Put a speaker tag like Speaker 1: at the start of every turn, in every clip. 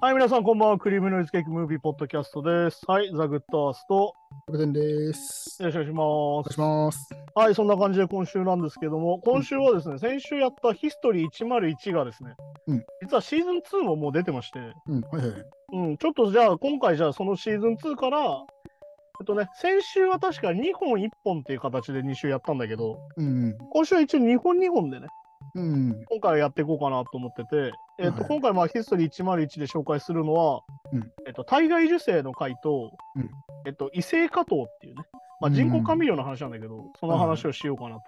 Speaker 1: はい、皆さん、こんばんは。クリームノイズケーキムービーポッドキャストです。はい、ザ・グッドアースト。
Speaker 2: プレゼンです。
Speaker 1: よろしくお願いしま
Speaker 2: お願い
Speaker 1: す。
Speaker 2: します。
Speaker 1: はい、そんな感じで今週なんですけども、今週はですね、先週やったヒストリー101がですね、
Speaker 2: うん
Speaker 1: 実はシーズン2ももう出てまして、
Speaker 2: うん、はいはい。
Speaker 1: うん、ちょっとじゃあ、今回じゃあそのシーズン2から、えっとね、先週は確か2本1本っていう形で2週やったんだけど、
Speaker 2: うん、
Speaker 1: 今週は一応2本2本でね、
Speaker 2: うん、
Speaker 1: 今回はやっていこうかなと思ってて、えっと
Speaker 2: はい
Speaker 1: 今回まあヒストリー101で紹介するのは、
Speaker 2: うん
Speaker 1: えっと体外受精の回と、
Speaker 2: うん
Speaker 1: えっと異性化糖っていうね、まあ、人工甘味料の話なんだけど、その話をしようかな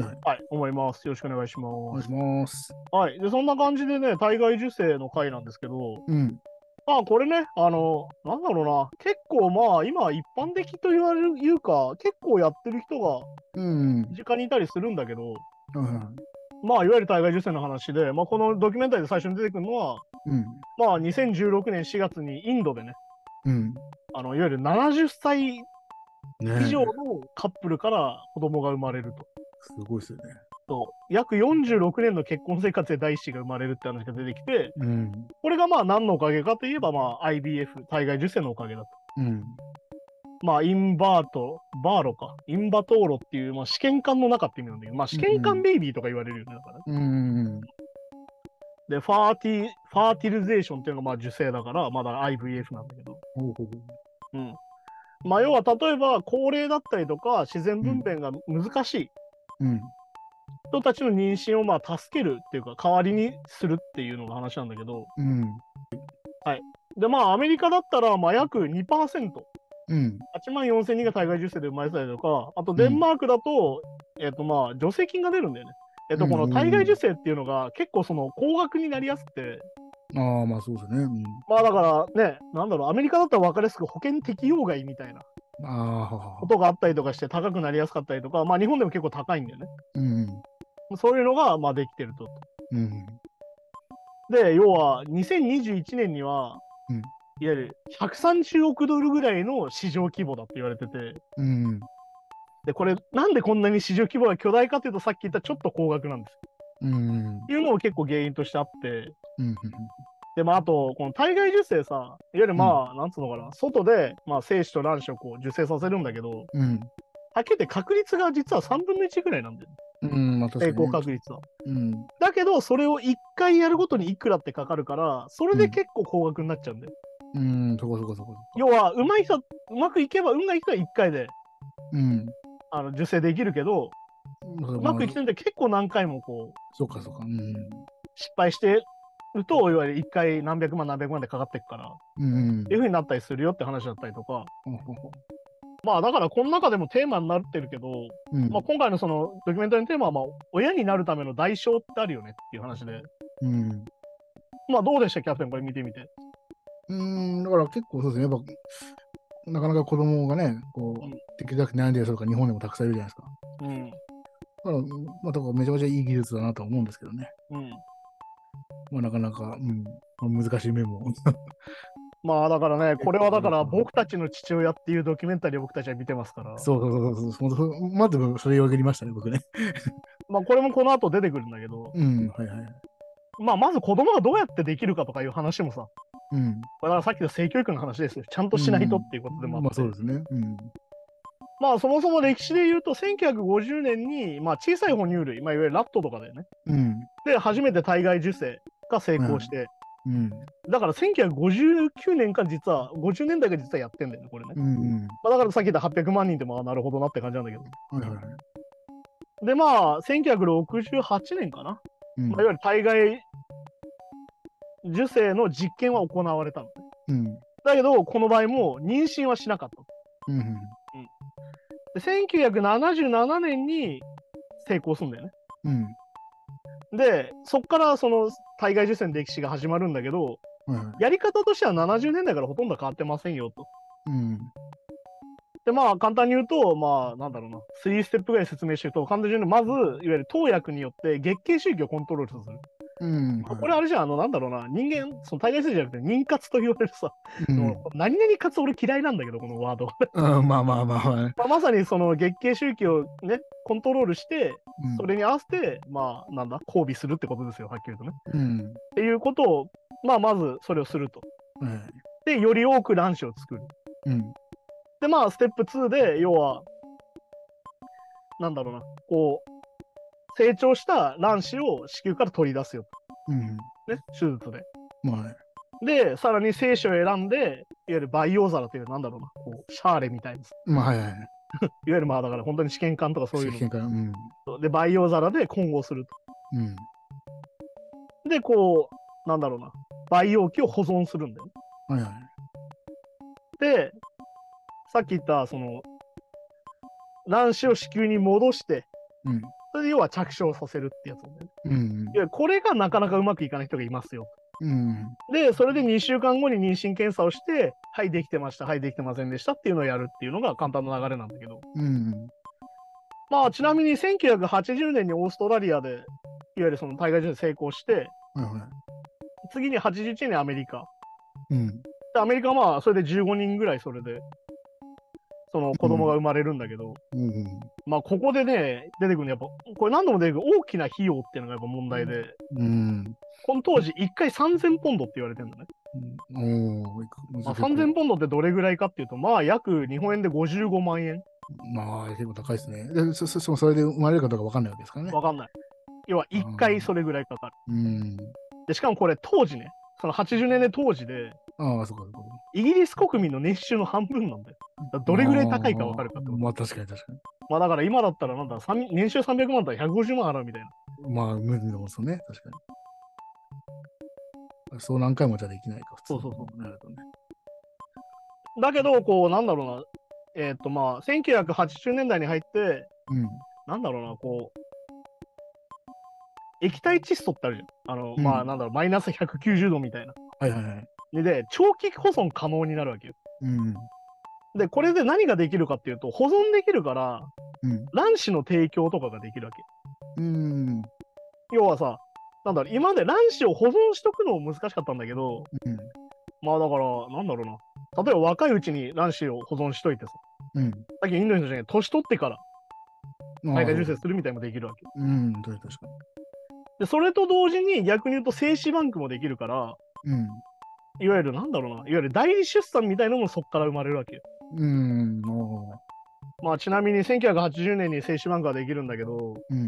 Speaker 2: はいはい。
Speaker 1: はい思います。よろしくお願いしま
Speaker 2: お願い
Speaker 1: す。
Speaker 2: します。
Speaker 1: はい、でそんな感じでね体外受精の回なんですけど、
Speaker 2: うん、
Speaker 1: まあこれねあのなんだろうな結構まあ今一般的と言われるいうか結構やってる人が
Speaker 2: うん、
Speaker 1: 身近にいたりするんだけど。
Speaker 2: はいは
Speaker 1: まあ、いわゆる体外受精の話で、まあ、このドキュメンタリーで最初に出てくるのは、
Speaker 2: い。うん、
Speaker 1: まあ、2016年4月にインドでね、
Speaker 2: うん。
Speaker 1: あのいわゆる70歳
Speaker 2: ね
Speaker 1: 以上の
Speaker 2: す
Speaker 1: カップルから子供が生まれると。
Speaker 2: ごいですよね。
Speaker 1: そう約46年の結婚生活で第一子が生まれるって話が出てきて、
Speaker 2: うん、
Speaker 1: これがまあ何のおかげかといえば、まあ、IBF、体外受精のおかげだと。
Speaker 2: うん、
Speaker 1: まあ、インバート、バーロか、インバトーロっていう、まあ、試験管の中って意味なんだけど、まあ、試験管ベイビーとか言われるよね、だからね。
Speaker 2: うん、
Speaker 1: で、ファーティ、ファーティリゼーションっていうのがまあ受精だから、まだ IVF なんだけど。
Speaker 2: ほうほう
Speaker 1: うんまあ、要は例えば高齢だったりとか自然分娩が難しい
Speaker 2: うん、
Speaker 1: 人たちの妊娠をまあ助けるっていうか代わりにするっていうのが話なんだけど
Speaker 2: うん、
Speaker 1: でまあアメリカだったらまあ約 2%8
Speaker 2: うん、
Speaker 1: 万4千人が体外受精で生まれたりとかあとデンマークだと,、えっとまあ助成金が出るんだよね。えっと、この体外受精っていうのが結構その高額になりやすくて、
Speaker 2: ああ、まあそうですね。う、
Speaker 1: まあだからね、なんだろう、アメリカだったら分かりやすく保険適用外みたいなん
Speaker 2: あ
Speaker 1: こ
Speaker 2: あ、
Speaker 1: とがあったりとかして高くなりやすかったりとか、まあ日本でも結構高いんだよね。
Speaker 2: うん、
Speaker 1: そういうのがまあできてると。
Speaker 2: うん、
Speaker 1: で、要は2021年には、
Speaker 2: うん
Speaker 1: いわゆる130億ドルぐらいの市場規模だって言われてて、
Speaker 2: うん、
Speaker 1: で、これ、なんでこんなに市場規模が巨大かっていうと、さっき言ったちょっと高額なんですよ。
Speaker 2: うん、
Speaker 1: っていうのも結構原因としてあって、
Speaker 2: うん、
Speaker 1: で、まあ、あと、この体外受精さ、いわゆるまあ、なんつうのかな、外で、まあ、精子と卵子をこう受精させるんだけど、
Speaker 2: うん、
Speaker 1: はっきり言って確率が実は3分の1ぐらいなんだよ、ね、
Speaker 2: うん、まあ
Speaker 1: 成
Speaker 2: 確
Speaker 1: 功
Speaker 2: か
Speaker 1: 確率は。
Speaker 2: に。うん、
Speaker 1: だけど、それを1回やるごとにいくらってかかるから、それで結構高額になっちゃうんだよ。
Speaker 2: うん、そこそこそこ。
Speaker 1: 要はうまい人はうまくいけば運がいい人は1回で
Speaker 2: うん。
Speaker 1: あの受精できるけどうまくいきてるって結構何回もこう
Speaker 2: そうかそうか。うん、
Speaker 1: 失敗してるといわゆる1回何百万何百万でかかっていくからっ
Speaker 2: うん、うん
Speaker 1: ていう。風になったりするよって話だったりとか
Speaker 2: ほうほうほ
Speaker 1: まあだからこの中でもテーマになってるけど、
Speaker 2: ううん
Speaker 1: まあ、今回のそのドキュメンタリーのテーマはまあ親になるための代償ってあるよねっていう話で
Speaker 2: うん
Speaker 1: まあどうでしたキャプテンこれ見てみて
Speaker 2: うーん、だから結構そうですね、やっぱ、なかなか子供がね、こ
Speaker 1: うん
Speaker 2: う、できるだけ悩んでる人とか、日本でもたくさんいるじゃないですか。
Speaker 1: うん
Speaker 2: だから、まあ、だからめちゃめちゃいい技術だなとは思うんですけどね。
Speaker 1: うん
Speaker 2: まあ、なかなか、うん、まあ難しい面も。
Speaker 1: まあだからねこれはだから僕たちの父親っていうドキュメンタリーを僕たちは見てますから
Speaker 2: そうそうそうそうそう。本当まず、それ言い訳りましたね、僕ね。
Speaker 1: まあこれもこの後出てくるんだけど
Speaker 2: うん、はいはい。
Speaker 1: まあ、まず子供がどうやってできるかとかいう話もさ、
Speaker 2: うん。
Speaker 1: だからさっきの性教育の話ですよ。ちゃんとしないとっていうことでもあ
Speaker 2: ま
Speaker 1: っ
Speaker 2: あ、
Speaker 1: て、
Speaker 2: そうですね。うん。
Speaker 1: まあ、そもそも歴史で言うと、1950年に、まあ、小さい哺乳類、まあ、いわゆるラットとかだよね。
Speaker 2: うん。
Speaker 1: で、初めて体外受精が成功して、
Speaker 2: うん。
Speaker 1: だから1959年間実は、50年代が実はやってんだよね、これね。
Speaker 2: うん。
Speaker 1: まあ、だからさっき言った800万人でも、あなるほどなって感じなんだけど。
Speaker 2: はいはいはい。
Speaker 1: で、まあ、1968年かな。
Speaker 2: うん
Speaker 1: まあ、いわゆる体外受精の実験は行われたの。
Speaker 2: うん。
Speaker 1: だけど、この場合も妊娠はしなかった。
Speaker 2: うん。
Speaker 1: で1977年に成功するんだよね。
Speaker 2: うん。
Speaker 1: で、そっからその体外受精の歴史が始まるんだけど、
Speaker 2: はいはい。
Speaker 1: やり方としては70年代からほとんど変わってませんよと。
Speaker 2: うん。
Speaker 1: で、まあ簡単に言うと、まあなんだろうな、3ステップぐらい説明してると、簡単に言うと、まず、いわゆる投薬によって月経周期をコントロールする。
Speaker 2: うん。
Speaker 1: これあれじゃん、あのなんだろうな、人間、その体外受精じゃなくて妊活と言われるさ、
Speaker 2: うん、
Speaker 1: 何々活俺嫌いなんだけど、このワード。
Speaker 2: うんまあまあまあまあ。
Speaker 1: まあまさにその月経周期をね、コントロールして、
Speaker 2: うん
Speaker 1: それに合わせて、まあ、なんだ、交尾するってことですよ、はっきり言うとね。
Speaker 2: うん。
Speaker 1: っていうことを、まあ、まずそれをすると。
Speaker 2: はい。
Speaker 1: で、より多く卵子を作る。
Speaker 2: うん。
Speaker 1: で、まあ、ステップ2で、要は、なんだろうな、こう、成長した卵子を子宮から取り出すよ
Speaker 2: うん。
Speaker 1: と、ね、手術で。
Speaker 2: ま
Speaker 1: で、さらに精子を選んで、いわゆる培養皿という、なんだろうな、こうシャーレみたいな。
Speaker 2: あ、まあ、はいはい。
Speaker 1: いわゆるまあ、だから本当に試験管とかそういう
Speaker 2: 世間から。うん。
Speaker 1: の。で、培養皿で混合する
Speaker 2: うん。
Speaker 1: と。で、こう、なんだろうな、培養器を保存するんだよね。
Speaker 2: はいはい。
Speaker 1: で、さっき言った、その、卵子を子宮に戻して、
Speaker 2: うん。
Speaker 1: それで要は着床させるってやつなんだよね。
Speaker 2: うん
Speaker 1: い。や、これがなかなかうまくいかない人がいますよ。
Speaker 2: うん。
Speaker 1: で、それで2週間後に妊娠検査をして、はい、できてました、はい、できてませんでしたっていうのをやるっていうのが簡単な流れなんだけど、
Speaker 2: うん。
Speaker 1: まあ、ちなみに1980年にオーストラリアで、いわゆるその体外受精成功して、
Speaker 2: はいは
Speaker 1: 次に81年にアメリカ。
Speaker 2: い。うん。
Speaker 1: で、アメリカはまあ、それで15人ぐらいそれで、その子供が生まれるんだけど、
Speaker 2: うん。
Speaker 1: まあ、ここでね、出てくるのやっぱ、これ何度も出てくる大きな費用っていうのがやっぱ問題で、
Speaker 2: うん。
Speaker 1: この当時1回3000ポンドって言われてるんだね。
Speaker 2: おお。
Speaker 1: まあ、3000ポンドってどれぐらいかっていうと、まあ約日本円で55万円。
Speaker 2: まあ、結構高いですね。で、そ、そ、そそれで生まれるかどうかわかんないわけですからね
Speaker 1: わ。かんない。要は1回それぐらいかかる。
Speaker 2: うん。
Speaker 1: でしかもこれ当時ね、その80年代当時で、
Speaker 2: ああ、そうか、そうか。
Speaker 1: イギリス国民の年収の半分なんだよ。だからどれぐらい高いかわかるかってこと。
Speaker 2: まあ、確かに確か
Speaker 1: まあだから今だったらなんだ、さん年収300万だったら150万払うみたいな。
Speaker 2: に。まあ、無理のもんですよね。確かに。そう何回もじゃできないか。。
Speaker 1: そうそうそう
Speaker 2: なるほどね。
Speaker 1: だけど、こうなんだろうな、えっ、とまあ1980年代に入って、
Speaker 2: うん。
Speaker 1: なんだろうな、こう、液体窒素ってあるじゃん。あの、
Speaker 2: うん
Speaker 1: まあなんだろう、マイナス190度みたいな。
Speaker 2: はいはいはい。
Speaker 1: でで、長期保存可能になるわけよ。
Speaker 2: うん。
Speaker 1: で、これで何ができるかっていうと、保存できるから、
Speaker 2: うん。
Speaker 1: 卵子の提供とかができるわけ。
Speaker 2: うん。
Speaker 1: 要はさ、なんだろう、今まで卵子を保存しとくのも難しかったんだけど、
Speaker 2: うん。
Speaker 1: まあだから、なんだろうな。例えば若いうちに卵子を保存しといてさ、
Speaker 2: うん。
Speaker 1: さっきインドの人じゃない、年取ってから
Speaker 2: まあ
Speaker 1: 体外受精するみたいなのもできるわけ。
Speaker 2: うん、確かに確か
Speaker 1: で、それと同時に逆に言うと精子バンクもできるから、
Speaker 2: に。うん。
Speaker 1: いわゆるなんだろうな、いわゆる代理出産みたいなのもそこから生まれるわけよ。
Speaker 2: うん、なるほど。
Speaker 1: まあちなみに1980年に精子バンクはできるんだけど、
Speaker 2: うん。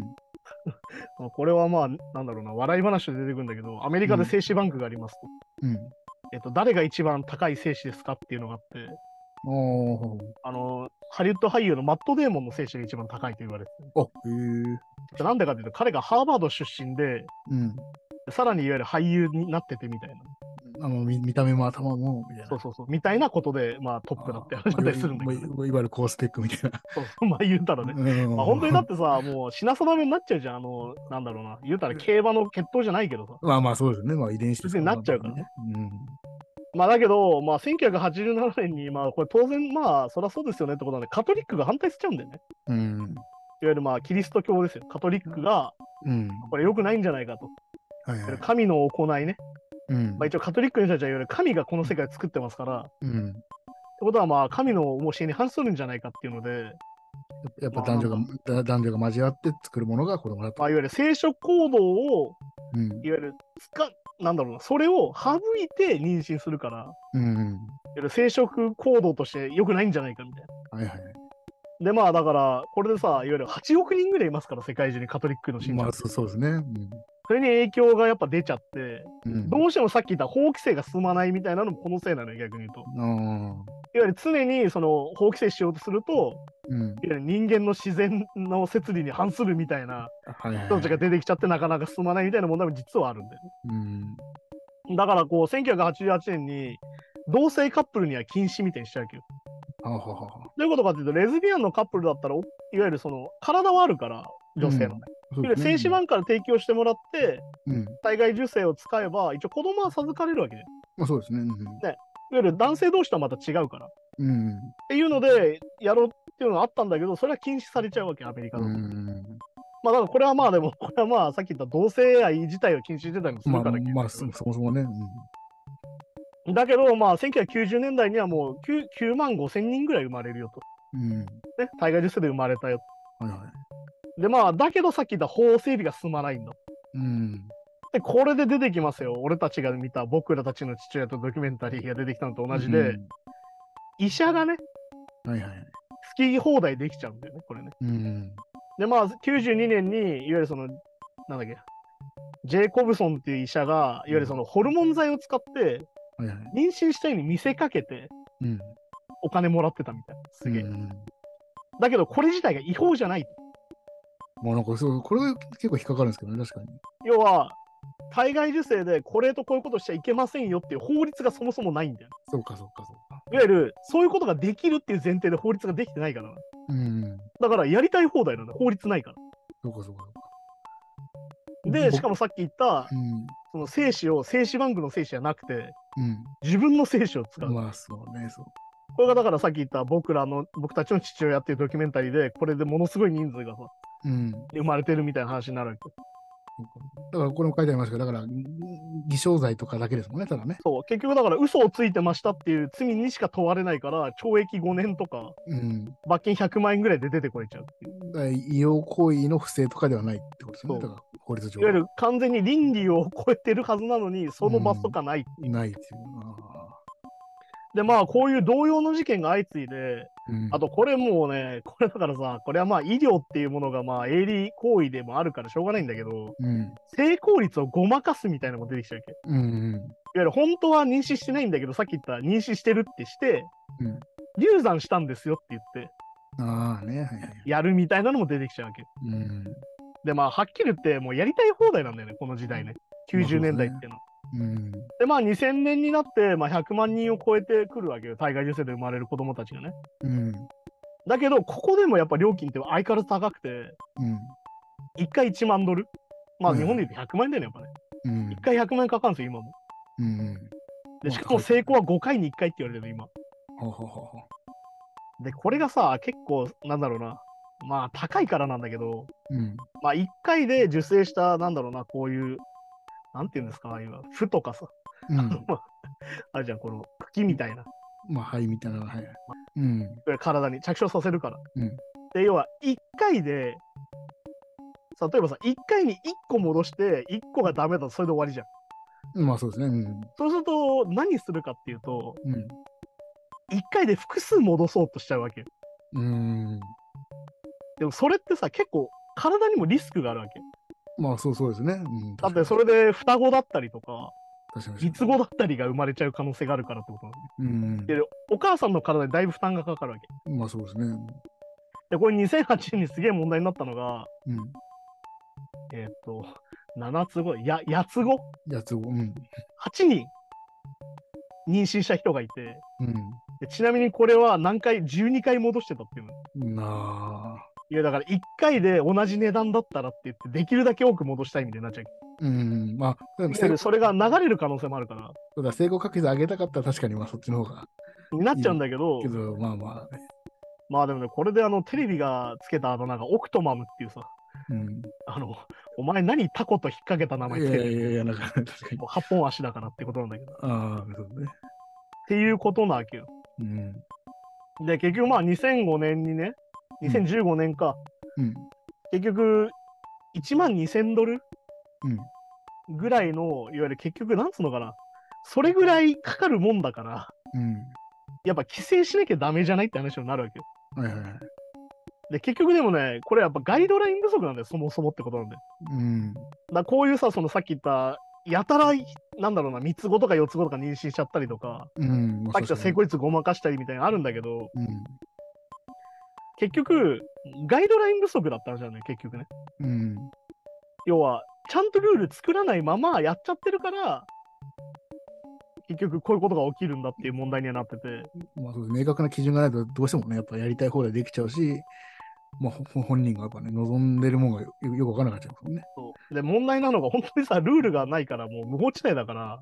Speaker 1: まあこれはまあ、なんだろうな、笑い話で出てくるんだけど、アメリカで精子バンクがありますと。
Speaker 2: うん。
Speaker 1: えっと、誰が一番高い精子ですかっていうのがあって、
Speaker 2: おー。
Speaker 1: あの、ハリウッド俳優のマット・デーモンの精子が一番高いと言われて
Speaker 2: あ、へえ。
Speaker 1: て、なんでかっていうと、彼がハーバード出身で、
Speaker 2: うん。
Speaker 1: さらにいわゆる俳優になっててみたいな、
Speaker 2: あの、見見た目も頭も、みたいな。
Speaker 1: そうそうそう、みたいなことで、まあトップだって話だったりするんだけど、
Speaker 2: ど。いわゆる高スペックみたいな。
Speaker 1: そうそうまあ言うたらね。
Speaker 2: うん
Speaker 1: まあ、本当にだってさ、もう品定めになっちゃうじゃん、あの、なんだろうな、言うたら競馬の決闘じゃないけどさ。
Speaker 2: まあまあそうですね。まあ遺伝子です
Speaker 1: 別になっちゃうからね。
Speaker 2: うん。
Speaker 1: まあだけど、まあ1987年に、まあこれ当然、まあそりゃそうですよねってことなんで、カトリックが反対しちゃうんだよね。
Speaker 2: うん。
Speaker 1: いわゆるまあキリスト教ですよ。カトリックが、
Speaker 2: うん。
Speaker 1: これ良くないんじゃないかと。
Speaker 2: はいはい。
Speaker 1: 神の行いね。
Speaker 2: うん
Speaker 1: まあ、一応カトリックの人たちはいわゆる神がこの世界を作ってますから、って
Speaker 2: うん。
Speaker 1: ことはまあ神の教えに反するんじゃないかっていうので、
Speaker 2: やっぱ男女が
Speaker 1: ま、
Speaker 2: だ男女が交わって作るものが子供だと
Speaker 1: まあ、い。わゆる聖書行動を、
Speaker 2: うん。
Speaker 1: いわゆるつか、なんだろうな、それを省いて妊娠するから、いわ
Speaker 2: うん。
Speaker 1: ゆる生殖行動として良くないんじゃないかみたいな。
Speaker 2: はいはい。
Speaker 1: でまあだから、これでさ、いわゆる8億人ぐらいいますから、世界中にカトリックの信者、
Speaker 2: まあそうそうですね。うん
Speaker 1: それに影響がやっぱ出ちゃって、
Speaker 2: うん。
Speaker 1: どうしてもさっき言った法規制が進まないみたいなのもこのせいなのよ、逆に言うと。
Speaker 2: あ
Speaker 1: いわゆる常にその法規制しようとすると、
Speaker 2: ーうん。
Speaker 1: いわゆる人間の自然の摂理に反するみたいな
Speaker 2: はいはい
Speaker 1: 人
Speaker 2: は
Speaker 1: た
Speaker 2: い
Speaker 1: ち。が出てきちゃってなかなか進まないみたいな問題も実はあるんだよ
Speaker 2: うん。
Speaker 1: ね。だからこう1988年に同性カップルには禁止みたいにしちゃうけど。
Speaker 2: あははは。
Speaker 1: どういうことかっていうとレズビアンのカップルだったらおいわゆるその体はあるから女性のね。
Speaker 2: そ
Speaker 1: いわゆる精子バンクから提供してもらって
Speaker 2: うん。
Speaker 1: 体外受精を使えば一応子供は授かれるわけで。い
Speaker 2: まあそうですね。
Speaker 1: わゆる男性同士とはまた違うから。っ
Speaker 2: うん。うん。
Speaker 1: ていうのでやろうっていうのがあったんだけどそれは禁止されちゃうわけアメリカ
Speaker 2: う
Speaker 1: だと。
Speaker 2: ん。
Speaker 1: まあだからこれはまあでも、これはまあさっき言った同性愛自体を禁止してたりもす
Speaker 2: ま
Speaker 1: る
Speaker 2: あ
Speaker 1: から、結局
Speaker 2: まあそそもそもね。うん
Speaker 1: だけどまあ1990年代にはもう 9, 9万5千人ぐらい生まれるよと。
Speaker 2: うん。
Speaker 1: ね、体外受精で生まれたよ。
Speaker 2: はいはい。
Speaker 1: でまあだけどさっき言った法整備が進まないんだ。
Speaker 2: うん。
Speaker 1: で、これで出てきますよ。俺たちが見た僕らたちの父親とドキュメンタリーが出てきたのと同じで、
Speaker 2: うん
Speaker 1: 医者がね、
Speaker 2: はいはい。
Speaker 1: 好き放題できちゃうんだよね、これね。
Speaker 2: うん。
Speaker 1: で、まあ、92年に、いわゆるその、なんだっけ、ジェイコブソンっていう医者が、いわゆるそのホルモン剤を使って、
Speaker 2: はいはい。
Speaker 1: 妊娠したように見せかけて、
Speaker 2: うん。
Speaker 1: お金もらってたみたいな。すげえ。
Speaker 2: うん
Speaker 1: だけど、これ自体が違法じゃない。
Speaker 2: もうなんかそう、これが結構引っかかるんですけどね、確かに。
Speaker 1: 要は、体外受精でこれとこういうことしちゃいけませんよっていう法律がそもそもないんだよ。
Speaker 2: そうかそうかそうか。
Speaker 1: いわゆる、そういうことができるっていう前提で法律ができてないから。
Speaker 2: うん。
Speaker 1: だから、やりたい放題なんだよ。法律ないか
Speaker 2: そうかそうかそう
Speaker 1: ら。
Speaker 2: か。
Speaker 1: で、しかもさっき言った
Speaker 2: う、ん。
Speaker 1: その精子を、精子バンクの精子じゃなくて、
Speaker 2: うん。
Speaker 1: 自分の精子を使う。
Speaker 2: まあそうね、そう。
Speaker 1: これがだからさっき言った僕らの、僕たちの父親っていうドキュメンタリーで、これでものすごい人数がさ、
Speaker 2: うん。だ
Speaker 1: 生まれてるみたいな話になるわけ。
Speaker 2: からこれも書いてありますけど、だから、偽証罪とかだけですもんね、ただね。
Speaker 1: そう、結局だから嘘をついてましたっていう罪にしか問われないから、懲役5年とか、
Speaker 2: うん。
Speaker 1: 罰金100万円ぐらいで出てこれちゃうっていう。
Speaker 2: だから医療行為の不正とかではないってことですよね、
Speaker 1: そう
Speaker 2: だから法律上
Speaker 1: いわゆる完全に倫理を超えてるはずなのに、その罰とかない。
Speaker 2: ないっていうのは。
Speaker 1: で、まあ、こういう同様の事件が相次いで、
Speaker 2: うん
Speaker 1: あとこれもうね、これだからさ、これはまあ医療っていうものがまあ営利行為でもあるからしょうがないんだけど、
Speaker 2: うん。
Speaker 1: 成功率をごまかすみたいなのも出てきちゃうわけ。
Speaker 2: うんうん。
Speaker 1: いわゆる本当は妊娠してないんだけど、さっき言った妊娠してるってして、
Speaker 2: うん
Speaker 1: 流産したんですよって言って、
Speaker 2: ああね、はいはい。
Speaker 1: やるみたいなのも出てきちゃうわけ。
Speaker 2: うん。
Speaker 1: で、まあ、はっきり言って、もうやりたい放題なんだよね、この時代ね。90年代っていうのは。
Speaker 2: うん。
Speaker 1: で、まあ、2000年になって、まあ、100万人を超えてくるわけよ。体外受精で生まれる子供たちがね。
Speaker 2: うん。
Speaker 1: だけど、ここでもやっぱ料金って相変わらず高くて、
Speaker 2: うん。
Speaker 1: 1回1万ドル。まあ、
Speaker 2: うん
Speaker 1: 日本で言うと100万円だよね、やっぱね。
Speaker 2: うん
Speaker 1: 1。回100万円かかるんですよ、今も。
Speaker 2: うん。
Speaker 1: で、
Speaker 2: まあ
Speaker 1: しかも成功は5回に1回って言われてるの、今。
Speaker 2: ほうほうほうほ
Speaker 1: で、これがさ、結構、なんだろうな、まあ、高いからなんだけど、
Speaker 2: う。うん。
Speaker 1: まあ、1回で受精した、なんだろうな、こういう、なんていうんですか、今、負とかさ、
Speaker 2: うん。
Speaker 1: あるじゃん、この茎みたいな、
Speaker 2: まあ、はい、みたいな。はい。うん。
Speaker 1: 体に着床させるから。
Speaker 2: うん
Speaker 1: で、要は、1回で、さ例えばさ、1回に1個戻して、1個がダメだと、それで終わりじゃん。
Speaker 2: まあ、そうですね。うん。
Speaker 1: そうすると、何するかっていうと、
Speaker 2: うん。
Speaker 1: 1回で複数戻そうとしちゃうわけよ。
Speaker 2: うん。
Speaker 1: でも、それってさ、結構、体にもリスクがあるわけ。
Speaker 2: まあ、そうそうですね。うん。
Speaker 1: だって、そ
Speaker 2: れ。
Speaker 1: れで双子だったりとか、
Speaker 2: 確かに。
Speaker 1: 三つ子だったりが生まれちゃう可能性があるからってことなんで
Speaker 2: うん。
Speaker 1: でお母さんの体にだいぶ負担がかかるわけ。
Speaker 2: まあ、そうですね。
Speaker 1: で、これ2008年にすげえ問題になったのが、
Speaker 2: うん。
Speaker 1: えーっ、と、7つ子、や、8つ子
Speaker 2: やつを。うん。
Speaker 1: ?8 人妊娠した人がいて
Speaker 2: う
Speaker 1: でちなみにこれは何回、12回戻してたっていうの。
Speaker 2: ん。なあ。
Speaker 1: いや、だから1回で同じ値段だったらって言って、できるだけ多く戻したいみたいになっちゃう。
Speaker 2: うん、まあ、でも
Speaker 1: いわゆ
Speaker 2: 成
Speaker 1: るそれが流れる可能性もあるから、
Speaker 2: そうだ成功確率上げたかったら確かにまあそっちの方が。
Speaker 1: になっちゃうんだけど
Speaker 2: け、ど、まあまあ、ね、
Speaker 1: まあでもね、これであの、テレビがつけたあの、なんか、オクトマムっていうさ、
Speaker 2: うん。
Speaker 1: あの、お前何タコと引っ掛けた名前
Speaker 2: い
Speaker 1: つ
Speaker 2: や
Speaker 1: けて
Speaker 2: いやいや、なんか確かに。
Speaker 1: もう8本足だからってことなんだけど。っ
Speaker 2: ああ、そうね。
Speaker 1: ていうことなわけよ。
Speaker 2: うん。
Speaker 1: で、結局まあ2005年にね、2015年か、
Speaker 2: うん。
Speaker 1: 結局1万2000ドル
Speaker 2: うん。
Speaker 1: ぐらいの、いわゆる結局なんつうのかな、それぐらいかかるもんだから、
Speaker 2: う
Speaker 1: やっぱ規制しなきゃダメじゃないって話になるわけよ。
Speaker 2: ん。はいはいはい。
Speaker 1: で、結局でもね、これやっぱガイドライン不足なんだよ、そもそもってことなんだよ。
Speaker 2: うん。
Speaker 1: だからこういうさ、そのさっき言った、やたら、なんだろうな、3つ子とか4つ子とか妊娠しちゃったりとか、
Speaker 2: うん。ま
Speaker 1: さっき言った
Speaker 2: 功。
Speaker 1: 成功率ごまかしたりみたいなのあるんだけど、
Speaker 2: うん。
Speaker 1: 結局、ガイドライン不足だったんじゃね、結局ね。
Speaker 2: うん。
Speaker 1: 要は、ちゃんとルール作らないままやっちゃってるから、結局こういうことが起きるんだっていう問題にはなってて、
Speaker 2: まあそう明確な基準がないとどうしてもね、やっぱやりたい方でできちゃうし、まあほほ本人がやっぱね、望んでるもんがよよくわからなくなっちゃうもんね。
Speaker 1: で、問題なのが本当にさ、ルールがないから、もう無法地帯だから、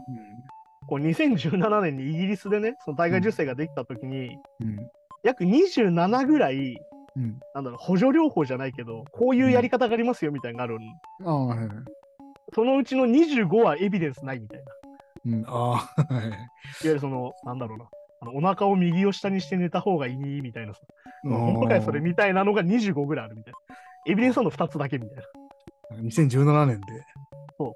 Speaker 1: こう2017年にイギリスでね、その体外受精ができた時に、
Speaker 2: うん。
Speaker 1: 約27ぐらい、
Speaker 2: うん。
Speaker 1: なんだろう、補助療法じゃないけど、こういうやり方がありますよみたいなのがあるのに、
Speaker 2: うん。ああ、はいはい。
Speaker 1: そのうちの25はエビデンスないみたいな。
Speaker 2: うん。ああ、はいはい。
Speaker 1: いわゆるその、なんだろうな。あのお腹を右を下にして寝た方がいいみたいなさ。今回それみたいなのが25ぐらいあるみたいな。エビデンスの2つだけみたいな。
Speaker 2: 2017年で。。
Speaker 1: そ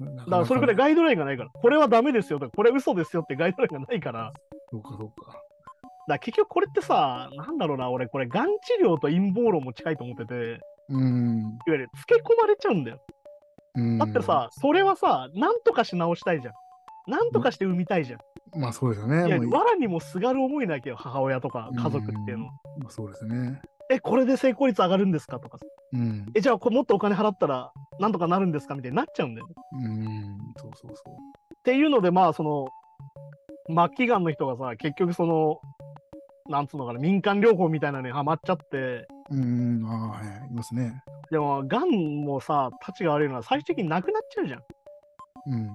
Speaker 1: う
Speaker 2: だ
Speaker 1: だからそれくらい
Speaker 2: が。
Speaker 1: ガイドラインがないから、これはダメですよとか、これ嘘ですよってガイドラインがないから、だか
Speaker 2: そうか、そうか。
Speaker 1: ら結局これってさ、なんだろうな、俺、これ、がん治療と陰謀論も近いと思ってて、いわ
Speaker 2: うん。
Speaker 1: ゆる付け込まれちゃうんだよ。
Speaker 2: うん
Speaker 1: だってさ、、それはさ、なんとかし直したいじゃん。なんとかして産みたいじゃん。
Speaker 2: まあそうですよね。
Speaker 1: いや、
Speaker 2: もう
Speaker 1: 藁にもすがる思いなきゃ母親とか家族っていうのは。
Speaker 2: まあそうですね。
Speaker 1: え、これで成功率上がるんですかとかさ
Speaker 2: うん。
Speaker 1: え、じゃあこれもっとお金払ったらなんとかなるんですかみたいになっちゃうんだよね。
Speaker 2: うん。そうそうそう。
Speaker 1: っていうので、まあ、その、末期がんの人がさ、結局その、なんつうのかな、民間療法みたいなのにハマっちゃって、
Speaker 2: うん。ああ、はい。いますね。
Speaker 1: でも、がんもさ、たちが悪いのは最終的になくなっちゃうじゃん。
Speaker 2: うん。